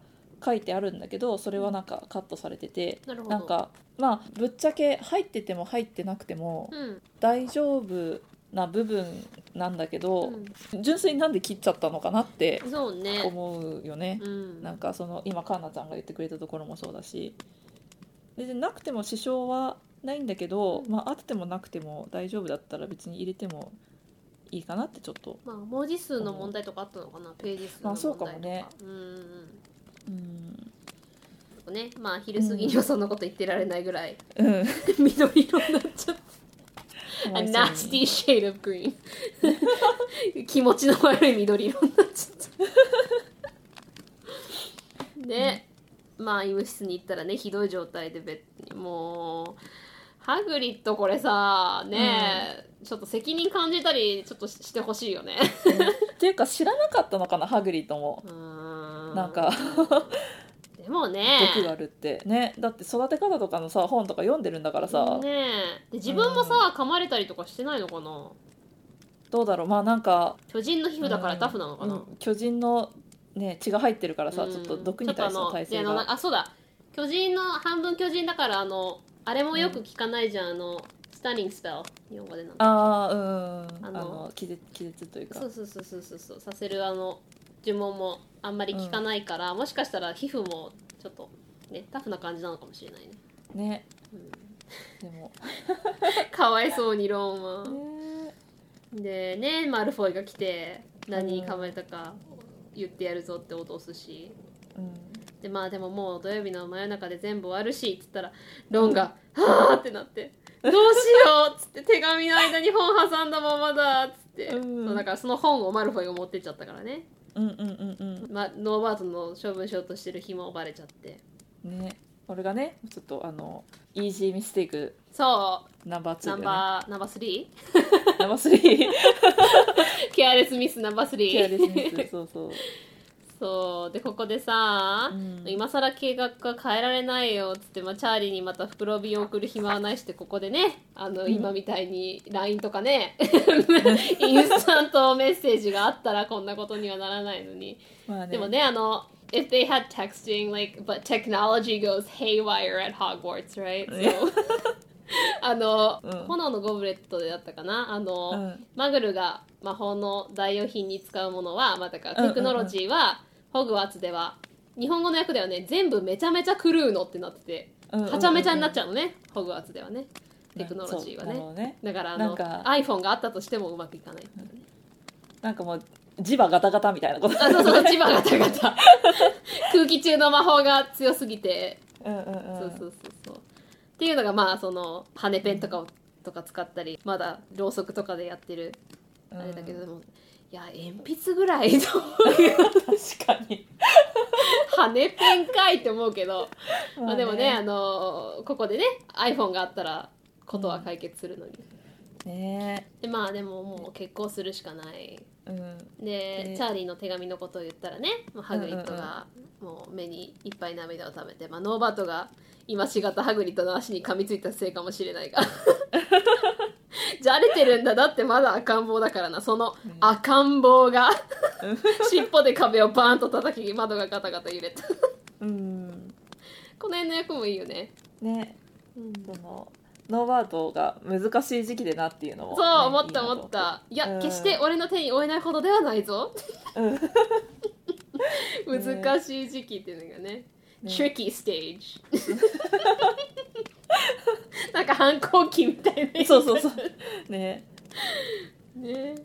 S3: 書いてあるんだけどそれはなんかカットされてて、
S4: なるほど
S3: なんかまあぶっちゃけ入ってても入ってなくても
S4: うん
S3: 大丈夫な部分なんだけど、
S4: う
S3: 純粋になんで切っちゃったのかなって
S4: ん、そうね
S3: 思うよね。
S4: うん
S3: なんかその今カンナちゃんが言ってくれたところもそうだしでなくても支障はないんだけど、まあ、あってもなくても大丈夫だったら別に入れてもいいかなってちょっと、
S4: まあ文字数の問題とかあったのかなページ数の
S3: ま
S4: 問題とか、
S3: あそうかもね
S4: うんうん
S3: うん
S4: うんねまあ昼過ぎにはそんなこと言ってられないぐらい、
S3: うん、
S4: 緑色になっちゃった A nasty shade of green 気持ちの悪い緑色になっちゃったで、まあ医務室に行ったらねひどい状態でベッドにもうハグリッドこれさねえ、ちょっと責任感じたりちょっとししてほしいよね
S3: っていうか知らなかったのかなハグリッドも
S4: な
S3: なんか
S4: でもね
S3: 毒があるってねだって育て方とかのさ本とか読んでるんだからさ、
S4: ねえで自分もさ噛まれたりとかしてないのかな
S3: どうだろうまあなんか
S4: 巨人の皮膚だからタフなのかな、
S3: うん巨人の、ね、血が入ってるからさ、
S4: うん
S3: ちょっと毒に対しての耐
S4: ちょ
S3: 性
S4: っとあのであの
S3: が
S4: あそうだ巨人の半分巨人だからあのあれもよく聞かないじゃん、あのスタニングスペル日本語でなんだ
S3: ああうん
S4: あ
S3: あ
S4: の
S3: の気絶気絶というか
S4: そうそうそうそうそうそうさせるあの呪文もあんまり聞かないから、もしかしたら皮膚もちょっとねタフな感じなのかもしれないね、
S3: ね
S4: うん
S3: でも
S4: かわいそうにローマ、
S3: ね
S4: でねマルフォイが来て何に構えたか言ってやるぞって脅すし
S3: うん
S4: でまあでももう土曜日の真夜中で全部終わるしっつったらロンが「はあ」ってなって「どうしよう」っつって手紙の間に本挟んだままだっつって、
S3: うん
S4: そうだからその本をマルフォイが持ってっちゃったからね、
S3: うんうんうん
S4: ま、ノーバートの処分しようとしてる日もバレちゃって
S3: うんね俺がねちょっとあのイージーミステイク
S4: そ
S3: ナンバー2
S4: うナン
S3: で、ね、ナ
S4: バーナンバー 3?
S3: ンバー3
S4: ケアレスミスナンバー3
S3: ケアレスミスそうそう、
S4: そうでここでさ、
S3: うん
S4: 今更計画が変えられないよっつって、まあ、チャーリーにまた袋瓶を送る暇はないしってここでねあの、
S3: ん
S4: 今みたいに LINE とかね インスタントメッセージがあったらこんなことにはならないのに、
S3: まあね、
S4: でもねあの If they had texting like but technology goes haywire at Hogwarts right so あの、
S3: うん
S4: 炎のゴブレットであったかなあの、
S3: うん
S4: マグルが魔法の代用品に使うものは、まあ、だか
S3: うんうん
S4: ら
S3: うん
S4: テクノロジーはホグワーツでは日本語の訳ではね全部めちゃめちゃ狂うのってなってて
S3: うんうんうん
S4: はちゃめちゃになっちゃうのねホグワーツではねテクノロジーは
S3: そうなるほ
S4: ね
S3: どね
S4: だからあ
S3: なん
S4: の
S3: か
S4: iPhone があったとしてもうまくいかないっていうね
S3: なんかもう磁場ガタガタみたいなこと
S4: あそうそう千葉ガタ ガタ空気中の魔法が強すぎて
S3: うんうんうん
S4: そうそうそうそう。っていうのがまあその羽ペンとかをとか使ったりまだろうそくとかでやってる
S3: うん
S4: あれだけど、でもいや鉛筆ぐらいの
S3: 確かに
S4: 羽ペンかいって思う けど ま
S3: ま
S4: あ
S3: あ
S4: で
S3: ね
S4: もねあのここでね iPhone があったらことは解決するのに。
S3: ね
S4: でまあでももう結婚するしかない
S3: うん
S4: で、
S3: ね
S4: チャーリーの手紙のことを言ったらねもうハグリッド
S3: うんうん
S4: がもう目にいっぱい涙をためて、まあ、ノーバートが今しがたハグリッドの足に噛みついたせいかもしれないがじゃれてるんだだってまだ赤ん坊だからなその赤ん坊が尻尾で壁をバーンと叩き窓がガタガタ揺れた
S3: うん
S4: この辺の役もいいよね、
S3: ね
S4: うん
S3: そのノーバートが難しい時期でなっていうのもね、
S4: そう思った
S3: いいなと
S4: 思ったいや、
S3: うん
S4: 決して俺の手に負えないほどではないぞ難しい時期っていうのがね tricky stage なんか反抗期みたいな
S3: そうそうそうね
S4: ね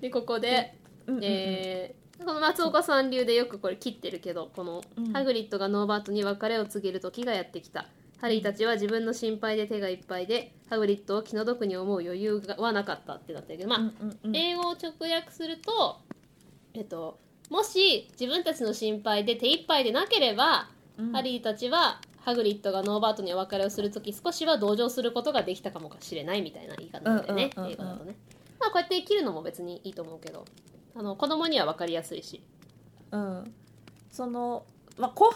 S4: でここで、
S3: うんうんうん
S4: えーこの松岡さん流でよくこれ切ってるけどこの、
S3: うん
S4: ハグリッドがノーバートに別れを告げる時がやってきたハリーたちは自分の心配で手がいっぱいでハグリッドを気の毒に思う余裕がはなかったってなったけどまあ、
S3: うんうんうん
S4: 英語を直訳すると、えっと、もし自分たちの心配で手一杯でなければ、
S3: うん
S4: ハリーたちはハハグリッドがノーバートにお別れをする時少しは同情することができたかもしれないみたいな言い方でね、
S3: うんうんうんうん
S4: 映画だとねまあこうやって切るのも別にいいと思うけどあの子供には分かりやすいし
S3: うん、その、まあ、後半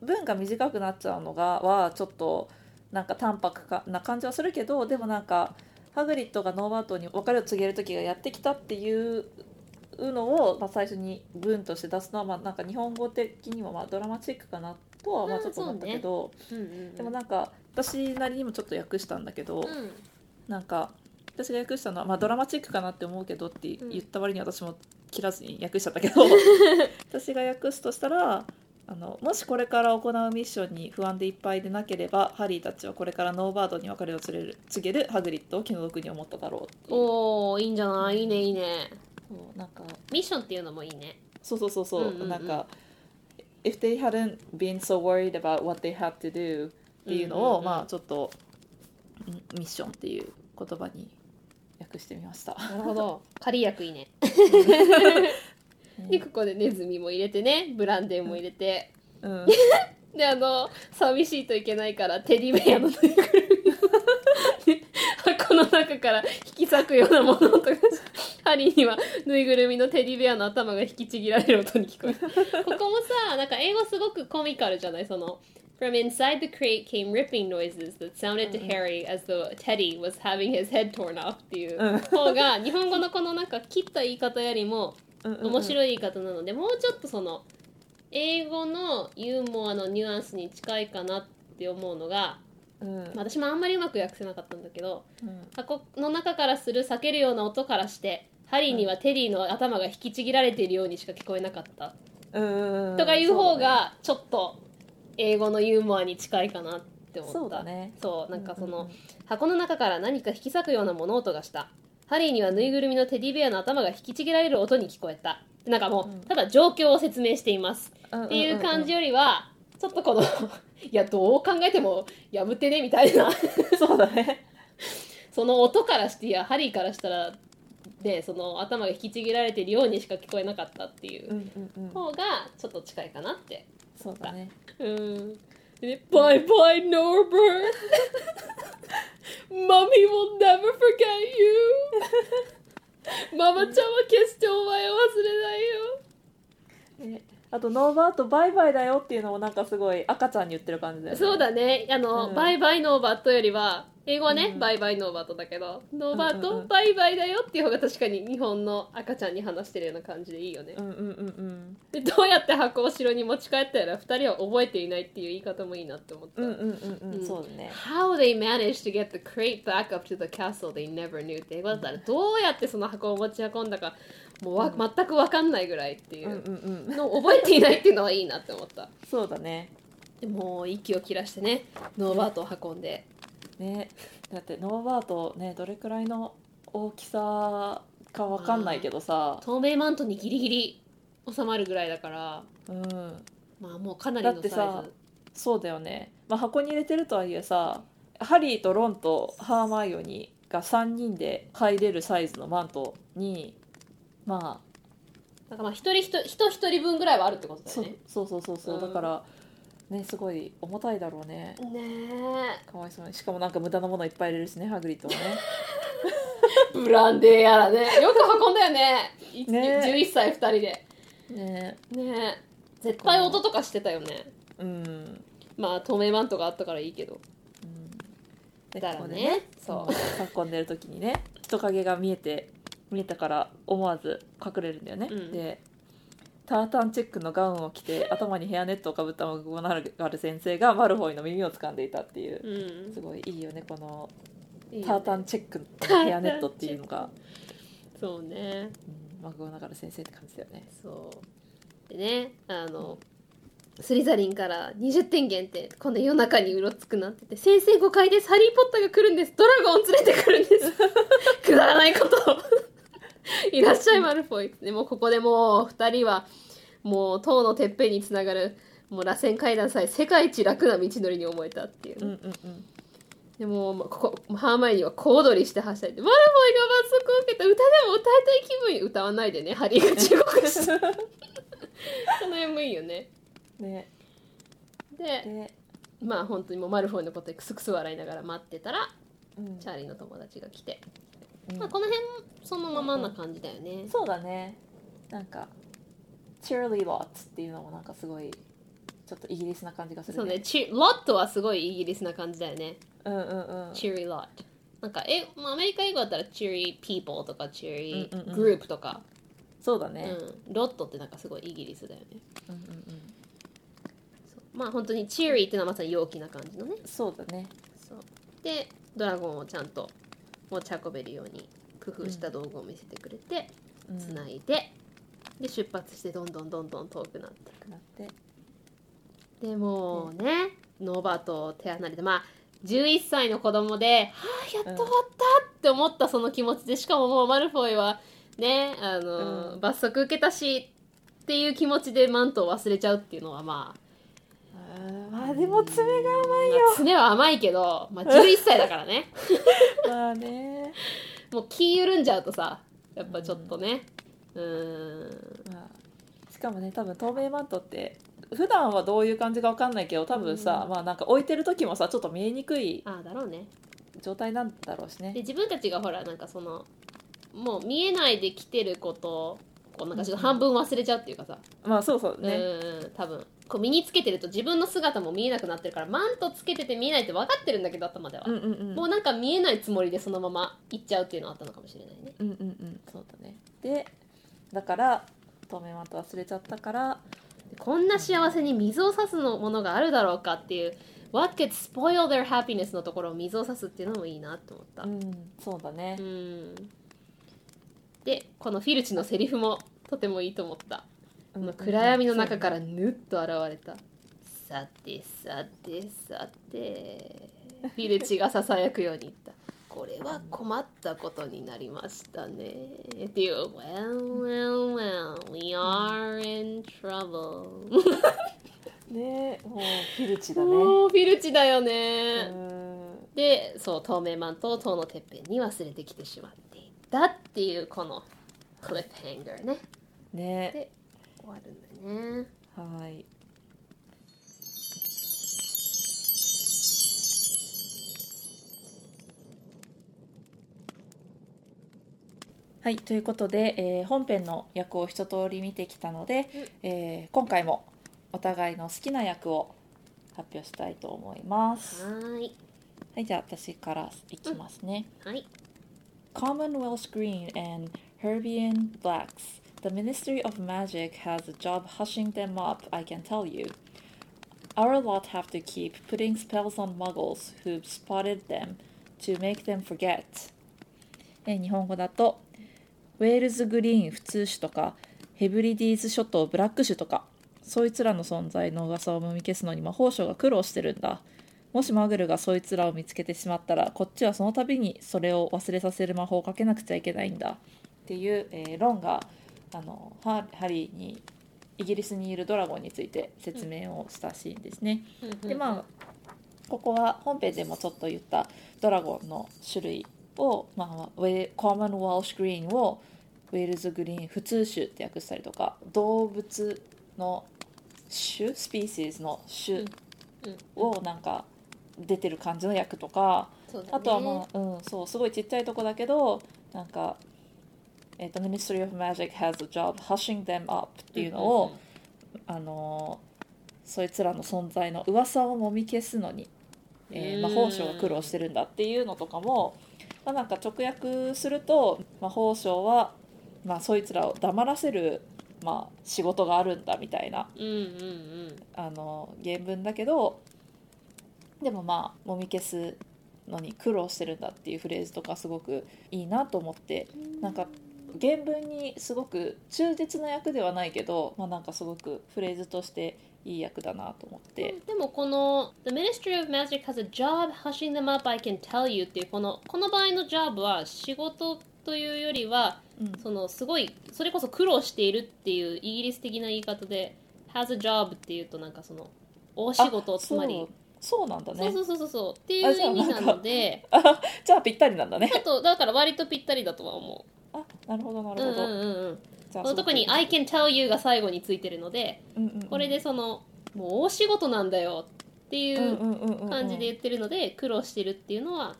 S3: の分が短くなっちゃうのがはちょっとなんか淡白かな感じはするけどでもなんかハグリッドがノーバートに別れを告げる時がやってきたっていうのを、まあ、最初に文として出すのは、まあ、なんか日本語的にもまあドラマチックかなとはまあ
S4: うん
S3: ちょっと思ったけど、
S4: うんうんうん
S3: でもなんか私なりにもちょっと訳したんだけど、
S4: うん
S3: なんか私が訳したのは、まあ、ドラマチックかなって思うけどって言った割に私も切らずに訳しちゃったけ ど私が訳すとしたらあのもしこれから行うミッションに不安でいっぱいでなければハリーたちはこれからノーバードに別れを告げる告げるハグリッドを気の毒に思っただろうっていう
S4: おーいいんじゃないいいねいいね
S3: そうなんか
S4: ミッションっていうのもいいね
S3: そうそうそうそう,、
S4: うんうんうん
S3: なんか「If they hadn't been so worried about what they had to do」っていうのを、
S4: うんうんうん
S3: まあちょっとんミッションっていう言葉に訳してみました。
S4: なるほど仮役い いねでここでネズミも入れてねブランデーも入れて
S3: うん
S4: であの寂しいといけないからテディベアのぬいぐるみを で箱の中から引き裂くようなものとかハリーにはぬいぐるみのテディベアの頭が引きちぎられる音に聞こえるここもさなんか英語すごくコミカルじゃないその From inside the crate came ripping noises that sounded to Harry as though Teddy was having his head torn off っていう
S3: うん
S4: 方が日本語のこのなんか切った言い方よりも面
S3: い。
S4: 白い言い方なので、もうちょっとその英語のユーモアのニュアンスに近いかなって思うのが、
S3: うん
S4: まあ私もあんまりうまく訳せなかったんだけど
S3: うん
S4: 箱の中からする裂けるような音からしてハリーにはテリーの頭が引きちぎられているようにしか聞こえなかった、
S3: うん
S4: とかいう方がちょっと英語のユーモアに近いかなって思った
S3: そうだね
S4: そうなんかその、
S3: うんうん
S4: 箱の中から何か引き裂くような物音がしたハリーにはぬいぐるみのテディベアの頭が引きちぎられる音に聞こえたなんかもう、
S3: うん
S4: ただ状況を説明しています
S3: うん
S4: っていう感じよりは、ちょっとこの いやどう考えてもやぶてねみたいな
S3: そうだね
S4: その音からしていやハリーからしたらでその頭が引きちぎられてるようにしか聞こえなかったっていううん
S3: うんうん
S4: 方がちょっと近いかなって
S3: そうだね
S4: うんでバイバイ、ノーバー Mommy will never forget you! ママちゃんは決してお前を忘れないよ
S3: ねあとノーバートバイバイだよっていうのもなんかすごい赤ちゃんに言ってる感じだよね
S4: そうだね。あの、
S3: うん
S4: バイバイノーバットよりは、英語はね、
S3: うん
S4: バイバイノーバットだけど、ノーバ
S3: う
S4: ット、
S3: んうんうん
S4: バイバイだよっていう方が確かに日本の赤ちゃんに話してるような感じでいいよね。
S3: うんうんうんうん
S4: で、どうやって箱を城に持ち帰ったやら、二人は覚えていないっていう言い方もいいなって思った。
S3: うんうんうんう
S4: うん
S3: んそうだね
S4: How they managed to get the crate back up to the castle they never knew って英語だったらどうやってその箱を持ち運んだかもうわ、全く分かんないぐらいってい
S3: うんう
S4: うん
S3: うん
S4: のを覚えていないっていうのはいいなって思った
S3: そうだね
S4: でもう息を切らしてねノーバートを運んで
S3: ねだってノーバートねどれくらいの大きさかわかんないけどさ
S4: 透明マントにギリギリ収まるぐらいだから
S3: うん
S4: まあもうかなりのサイズ
S3: だってさそうだよねまあ箱に入れてるとはいえさハリーとロンとハーマイオニーが3人で入れるサイズのマントにまあ
S4: なんかまあ一人一人人一人分ぐらいはあるってことだ
S3: そ
S4: よ
S3: う
S4: ね
S3: そうそうそうそう、
S4: うん
S3: だからねすごい重たいだろうね
S4: ね
S3: かわいそうにしかもなんか無駄なものいっぱい入れるしねハグリッドもね
S4: えブランデーやらねよく運んだよね
S3: ねえ
S4: 11歳2人で
S3: ね
S4: ねえ絶対音とかしてたよね
S3: うん、うん、
S4: まあ透明マントがあったからいいけど
S3: で
S4: だか
S3: ここ
S4: らね
S3: で
S4: そ
S3: そう囲んでる時にね人影が見えて見えたから思わず隠れるんだよね、
S4: うん
S3: でタータンチェックのガウンを着て頭にヘアネットをかぶったマクゴナガル先生がマルフォイの耳を掴んでいたっていう
S4: う、うん
S3: すごいいいよねこの
S4: いいよね
S3: タータンチェックのヘアネットっていうのが、
S4: そうね
S3: うん、マクゴナガル先生って感じだよね
S4: そうでねあのスリザリンから20点減ってこんな夜中にうろつくなってて「先生誤解ですハリー・ポッターが来るんですドラゴン連れてくるんです くだらないことをいらっしゃいマルフォイ」でもうここでもう2人はもう塔のてっぺんにつながるもう螺旋階段さえ世界一楽な道のりに思えたっていう、
S3: うんうんうん
S4: でもまあここハーマイオニーは小躍りしてはしゃいでマルフォイが罰則を受けた歌でも歌いたい気分に歌わない でねハリーが忠告した この辺もいいよね
S3: ね
S4: で
S3: で
S4: まあ本当にもうマルフォイのことでクスクス笑いながら待ってたら
S3: うん
S4: チャーリーの友達が来て、
S3: うん
S4: まあ、この辺そのままな感じだよね、
S3: そうだねなんかチェアリーロッツっていうのもなんかすごいちょっとイギリスな感じがする
S4: そうね、チロットはすごいイギリスな感じだよね。
S3: うんうんうん
S4: チェリーロット。なんか、え、まあアメリカ英語だったらチェリーピーポーとかチェリ
S3: うんうんう
S4: ー
S3: ん
S4: グループとか、
S3: そうだ
S4: う
S3: ね、
S4: ん、ロットってなんかすごいイギリスだよね。
S3: うんうんうん
S4: そうまあ本当にチェリーってのはまさに陽気な感じのね。
S3: そうだね
S4: そうで、ドラゴンをちゃんと持ち運べるように工夫した道具を見せてくれて、
S3: うん
S4: つないで、で、出発してどんどんどんどん遠くなって。
S3: くなって
S4: でもうね、ノーバーと手離れてまあ11歳の子供で「はあやっと終わった!」って思ったその気持ちでしかももうマルフォイはねあの、
S3: うん
S4: 罰則受けたしっていう気持ちでマントを忘れちゃうっていうのはまあ
S3: まあでも爪が甘い
S4: まあ爪は甘いけど、まあ、11歳だか らね
S3: まあね
S4: もう気緩んじゃうとさやっぱちょっとねうーん
S3: まあしかもね多分透明マントって普段はどういう感じかわかんないけど多分さ、
S4: うん
S3: まあなんか置いてる時もさちょっと見えにくい
S4: ああだろうね
S3: 状態なんだろうし
S4: で
S3: ね
S4: 自分たちがほらなんかそのもう見えないで来てることをこうなんかちょっと半分忘れちゃうっていうかさ、
S3: まあそうそう
S4: う
S3: ね、
S4: ん多分こう身につけてると自分の姿も見えなくなってるからマントつけてて見えないって分かってるんだけど頭では、
S3: うん、うんうん
S4: もうなんか見えないつもりでそのまま行っちゃうっていうのはあったのかもしれないね
S3: うんうんうんそうだねでだから透明マント忘れちゃったから
S4: こんな幸せに水を差すのものがあるだろうかっていう「What could spoil their happiness」のところを水を差すっていうのもいいなと思った
S3: う
S4: うん
S3: んそうだね、
S4: でこのフィルチのセリフもとてもいいと思ったこ
S3: うん
S4: の暗闇の中か
S3: う
S4: ら
S3: ん
S4: ぬっと現れたさてさてさてフィルチがささやくように言ったこれは困ったことになりましたねっていう Well well well we are in trouble
S3: そうねねもうフィルチだね
S4: もうフィルチだよ
S3: う
S4: ね
S3: ん
S4: でそう透明マントを塔のてっぺんに忘れてきてしまっていたっていうこのクリップヘンガーね
S3: ね
S4: で終わるんだよね
S3: はいはいということで、えー本編の役を一通り見てきたので、えー今回もお互いの好きな役を発表したいと思います。
S4: はーい
S3: はい、じゃあ私からいきますね。
S4: はい
S3: Commonwealth Green and Herbian Blacks. The Ministry of Magic has a job hushing them up, I can tell you. Our lot have to keep putting spells on muggles who've spotted them to make them forget. えー日本語だと、ウェールズグリーン普通種とか、ヘブリディーズ諸島ブラック種とか、そいつらの存在の噂をもみ消すのに魔法省が苦労してるんだ。もしマグルがそいつらを見つけてしまったらこっちはその度にそれを忘れさせる魔法をかけなくちゃいけないんだっていう、えーロンがあのハハリーにイギリスにいるドラゴンについて説明をしたシーンですね。でまあここは本編でもちょっと言ったドラゴンの種類を、まあ、ウェコーマン・ワールシュ・グリーンをウェールズ・グリーン普通種って訳したりとか動物の種スピーシーズの種、
S4: うん
S3: をなんか出てる感じの役とか
S4: そうだね
S3: あとはまあ、うん、そうすごいちっちゃいとこだけどなんか、えっと「Ministry of Magic has a job hushing them up」っていうのを、あのーそいつらの存在の噂をもみ消すのに、えー
S4: うん
S3: 魔法省が苦労してるんだっていうのとかも、まあ、なんか直訳すると魔法省は、まあ、そいつらを黙らせる、まあ、仕事があるんだみたいな
S4: うんうんうん
S3: あの原文だけどでもまあもみ消すのに苦労してるんだっていうフレーズとかすごくいいなと思ってなんか原文にすごく忠実な役ではないけど、まあ、なんかすごくフレーズとしていい役だなと思って、
S4: でもこの「The Ministry of Magic has a job hushing them up I can tell you」っていうこのこの場合の job は仕事というよりは
S3: うん
S4: そのすごいそれこそ苦労しているっていうイギリス的な言い方で「has a job」っていうとなんかその大仕事
S3: あ
S4: つまり
S3: そうそうなんだ
S4: そう,、
S3: ね
S4: そうそうそうそうってい
S3: あ
S4: う
S3: じゃ
S4: 意
S3: あ
S4: 味なので
S3: じゃ あぴったりなんだね
S4: ちょっとだから割とぴったりだとは思
S3: あなるほどな
S4: うう
S3: る
S4: ん
S3: ほ
S4: うん
S3: ど、
S4: うんうん
S3: じゃあ
S4: この特に「I can tell you」が最後についてるので
S3: うんうんうん
S4: これでそのもう大仕事なんだよっていう感じで言ってるので、苦労してるっていうのは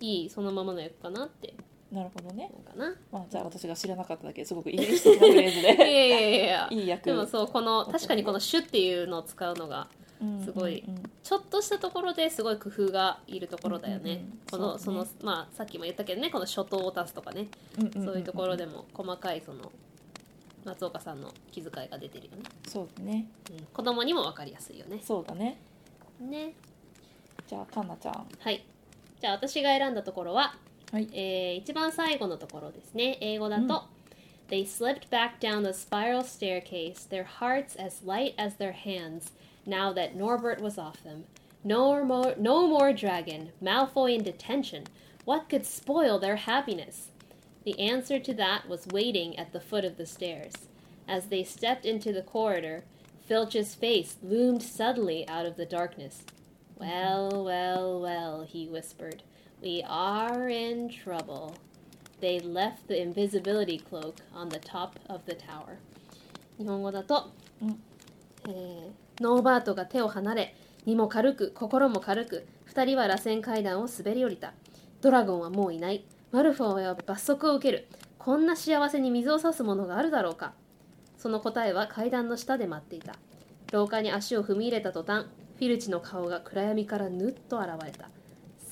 S4: いいそのままの役かなって
S3: なるほどね、
S4: 思う かな。
S3: まあ、じゃあ私が知らなかっただけですごくイギリス的なフレーズ
S4: いや
S3: で
S4: いやいやいや。
S3: いい役
S4: でもそうこの確かにこの「種」っていうのを使うのがすごい
S3: うんうんうん
S4: ちょっとしたところですごい工夫がいるところだよ
S3: うんうん
S4: ね
S3: うん。
S4: この
S3: そ
S4: そう
S3: だ
S4: の
S3: ね
S4: まあさっきも言ったけどねこの初頭を足すとかね
S3: うんんんん
S4: そういうところでも細かいその松岡さんの気遣いが出てるよね。
S3: そうだね
S4: うん子供にも分かりやすいよね。
S3: そうだね
S4: ね。
S3: じゃあかなちゃん
S4: はい。じゃあ私が選んだところは、
S3: はい
S4: えー一番最後のところですね。英語だと、They slipped back down the spiral staircase, their hearts as light as their hands, now that Norbert was off them. No more, no more dragon, Malfoy in detention. What could spoil their happiness? The answer to that was waiting at the foot of the stairs. As they stepped into the corridor, Filch's face loomed suddenly out of the darkness. Well, well, well, he whispered. We are in trouble. They left the invisibility cloak on the top of the tower. 日本語だと、
S3: うん
S4: えーノーバートが手を離れ、身も軽く、心も軽く、二人は螺旋階段を滑り降りた。ドラゴンはもういない。マルフォーは罰則を受ける。こんな幸せに水を差すものがあるだろうか。その答えは階段の下で待っていた。廊下に足を踏み入れた途端、フィルチの顔が暗闇からぬっと現れた。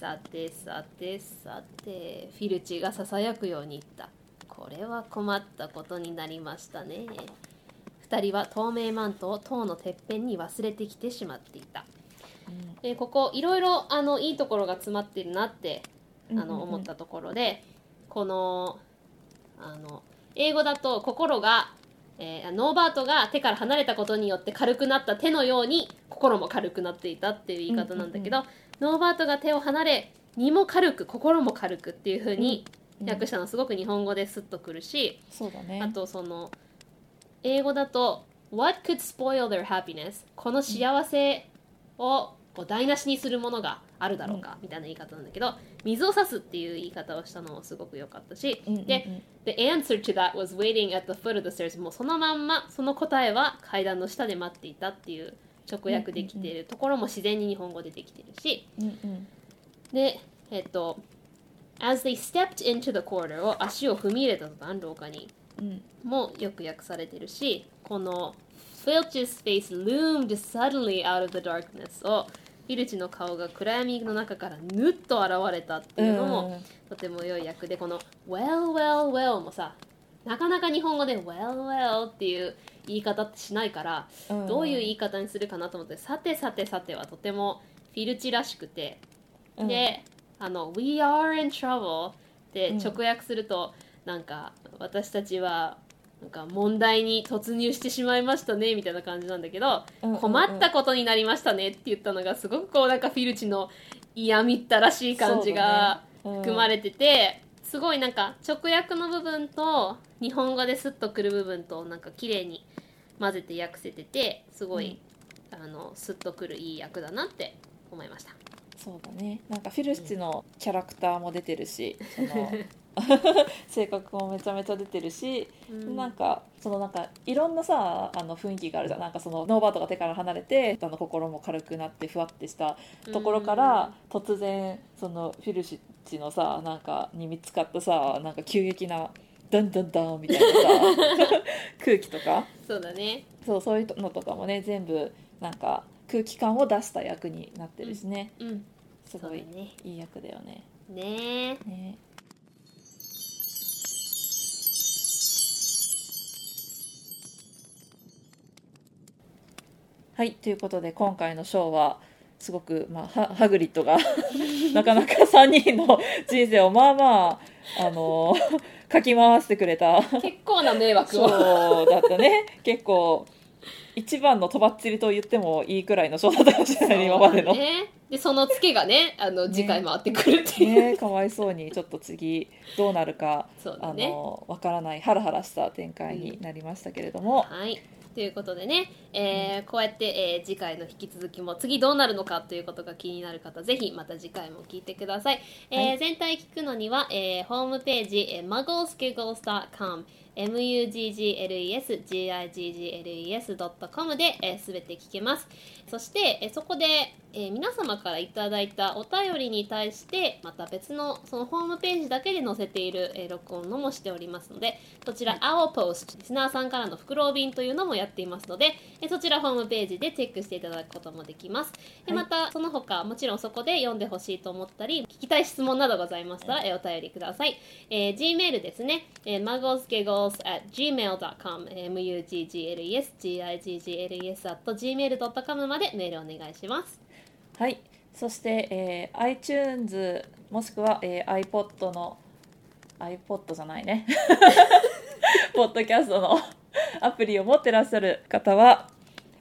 S4: さてさてさて、フィルチがささやくように言った。これは困ったことになりましたね。二人は透明マントを塔のてっぺんに忘れてきてしまっていた。でここいろいろあのいいところが詰まってるなってあ
S3: うんうんうん
S4: の思ったところで、このあの英語だと心が、えーノーバートが手から離れたことによって軽くなった手のように心も軽くなっていたっていう言い方なんだけど、ノーバートが手を離れ身も軽く心も軽くっていう風に
S3: うん
S4: 訳したのすごく日本語ですっとくるし、
S3: そうだね
S4: あとその英語だと「What could spoil their happiness?」この幸せをこう台無しにするものがあるだろうかみたいな言い方なんだけど水を差すっていう言い方をしたのもすごく良かったし
S3: うんうんうん
S4: で The answer to that was waiting at the foot of the stairs もうそのまんまその答えは階段の下で待っていたっていう直訳できているところも自然に日本語でできてるし
S3: うんうん
S4: でえっと As they stepped into the corridor を足を踏み入れた途端廊下に
S3: うん
S4: もよく訳されてるしこの「Filch's face loomed suddenly out of the darkness」をフィルチの顔が暗闇の中からぬっと現れたっていうのもとても良い役でこの「well well well」もさなかなか日本語で「well well」っていう言い方ってしないから
S3: うん
S4: どういう言い方にするかなと思って「さてさてさて」はとてもフィルチらしくて
S3: うん
S4: で、あの「We are in trouble」で
S3: うん
S4: 直訳すると、なんか私たちはなんか問題に突入してしまいましたねみたいな感じなんだけど、
S3: うんうんうん
S4: 困ったことになりましたねって言ったのがすごくこうなんかフィルチの嫌みったらしい感じが
S3: そうだねうん
S4: 含まれてて、すごいなんか直訳の部分と日本語でスッとくる部分となんか綺麗に混ぜて訳せててすごい、あのスッとくるいい役だなって思いました。
S3: そうだねなんかフィルスチのキャラクターも出てる し、その 性格もめちゃめちゃ出てるし、なんかそのなんかいろんなさあの雰囲気があるじゃんなんかそのノーバートが手から離れてあの心も軽くなってふわってしたところから、突然そのフィルシッチのさなんかに見つかったさなんか急激なダンダンダンみたいなさ 空気とか
S4: うんそうだね
S3: そうそういうのとかもね全部なんか空気感を出した役になってるしね、
S4: うん
S3: す
S4: そう
S3: ご
S4: だ
S3: い
S4: ね
S3: いい役だよね。
S4: ね
S3: ね、はいということで今回のショーはすごく、まあ、ハハグリッド がなかなか3人の人生をまあまあ、あのかき回してくれた
S4: 結構な迷惑を
S3: そうだった ね結構一番のとばっちりと言ってもいいくらいのショーだったかもしれないね今までの。
S4: ね、でそのツケがねあの
S3: ね
S4: 次回回ってくるっていう、
S3: ねかわいそうにちょっと次どうなるか
S4: そう
S3: あ
S4: だね
S3: のわからないハラハラした展開になりましたけれども、
S4: はいということでね、えーこうやって、えー次回の引き続きも次どうなるのかということが気になる方ぜひまた次回も聞いてください、えー全体聞くのには、えーホームページ、えー、mugglesgiggles.com muggles.giggles.com で、えー、全て聞けますそして、えーそこで、えー皆様からいただいたお便りに対してまた別のそのホームページだけで載せている、えー録音のもしておりますのでこちら Our Post リスナーさんからの袋便というのもやっていますのでえーそちらホームページでチェックしていただくこともできますでまたその他もちろんそこで読んでほしいと思ったり聞きたい質問などございましたら、えーお便りください、えー Gmail ですね、えー、mugglesgiggles at gmail.com muggles.giggles at gmail.com までメールお願いします
S3: はい、そして、えー iTunes もしくは、えー iPod の iPod じゃないね ポッドキャストの アプリを持ってらっしゃる方は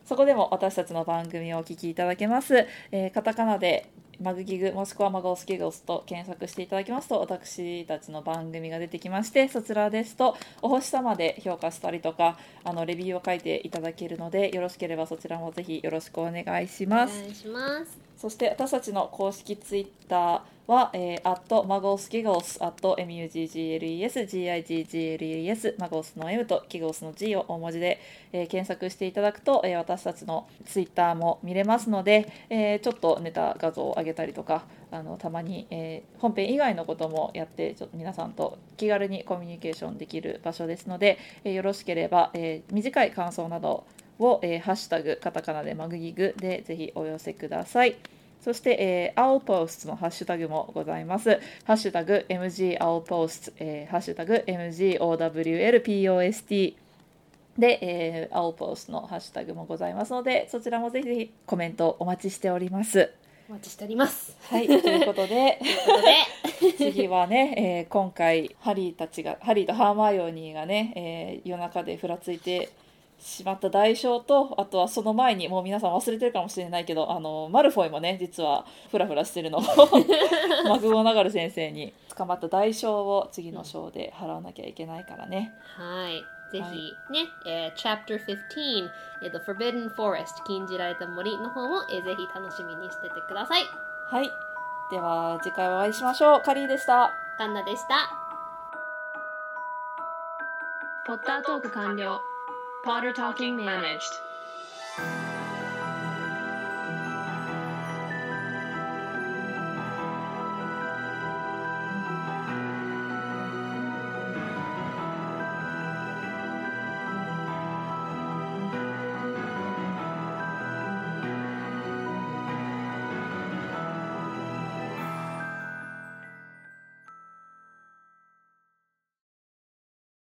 S3: そこでも私たちの番組をお聞きいただけます、えーカタカナでマグギグもしくはマゴスギゴスと検索していただきますと私たちの番組が出てきましてそちらですとお星様で評価したりとかあのレビューを書いていただけるのでよろしければそちらもぜひよろしくお願いし
S4: お
S3: ます
S4: 願いします
S3: そして私たちの公式ツイッターは、えー、at magosgiggles at muggles.giggles マゴスの M とギゴスの G を大文字で、えー検索していただくと、えー私たちのツイッターも見れますので、えーちょっとネタ画像を上げたりとかあのたまに、えー本編以外のこともやってちょっと皆さんと気軽にコミュニケーションできる場所ですので、えーよろしければ、えー短い感想などを、えーハッシュタグカタカナでマグギグでぜひお寄せください。そして、えー、青ポストのハッシュタグもございます。ハッシュタグ MG 青ポスト、えー、ハッシュタグ MGOWLPOST で、えー、青ポストのハッシュタグもございますので、そちらもぜひぜひコメントお待ちしております。
S4: お待ちしております
S3: はい、ということで、
S4: という ことで
S3: 次はね、えー 今回ハリーたちがハリーとハーマイオニーがね、えー夜中でふらついてしまった代償とあとはその前にもう皆さん忘れてるかもしれないけどあのマルフォイもね実はフラフラしてるのをマグオナガル先生に捕まった代償を次の章で払わなきゃいけないからね。
S4: はい。ぜひ
S3: は
S4: ね、えー Chapter 15、えー The Forbidden Forest 禁じられた森の方も、えーぜひ楽しみにしててください。
S3: はい、では次回お会いしましょうカリーでした。
S4: カンナでした。
S5: ポッタートーク完了。Potter Talking Managed.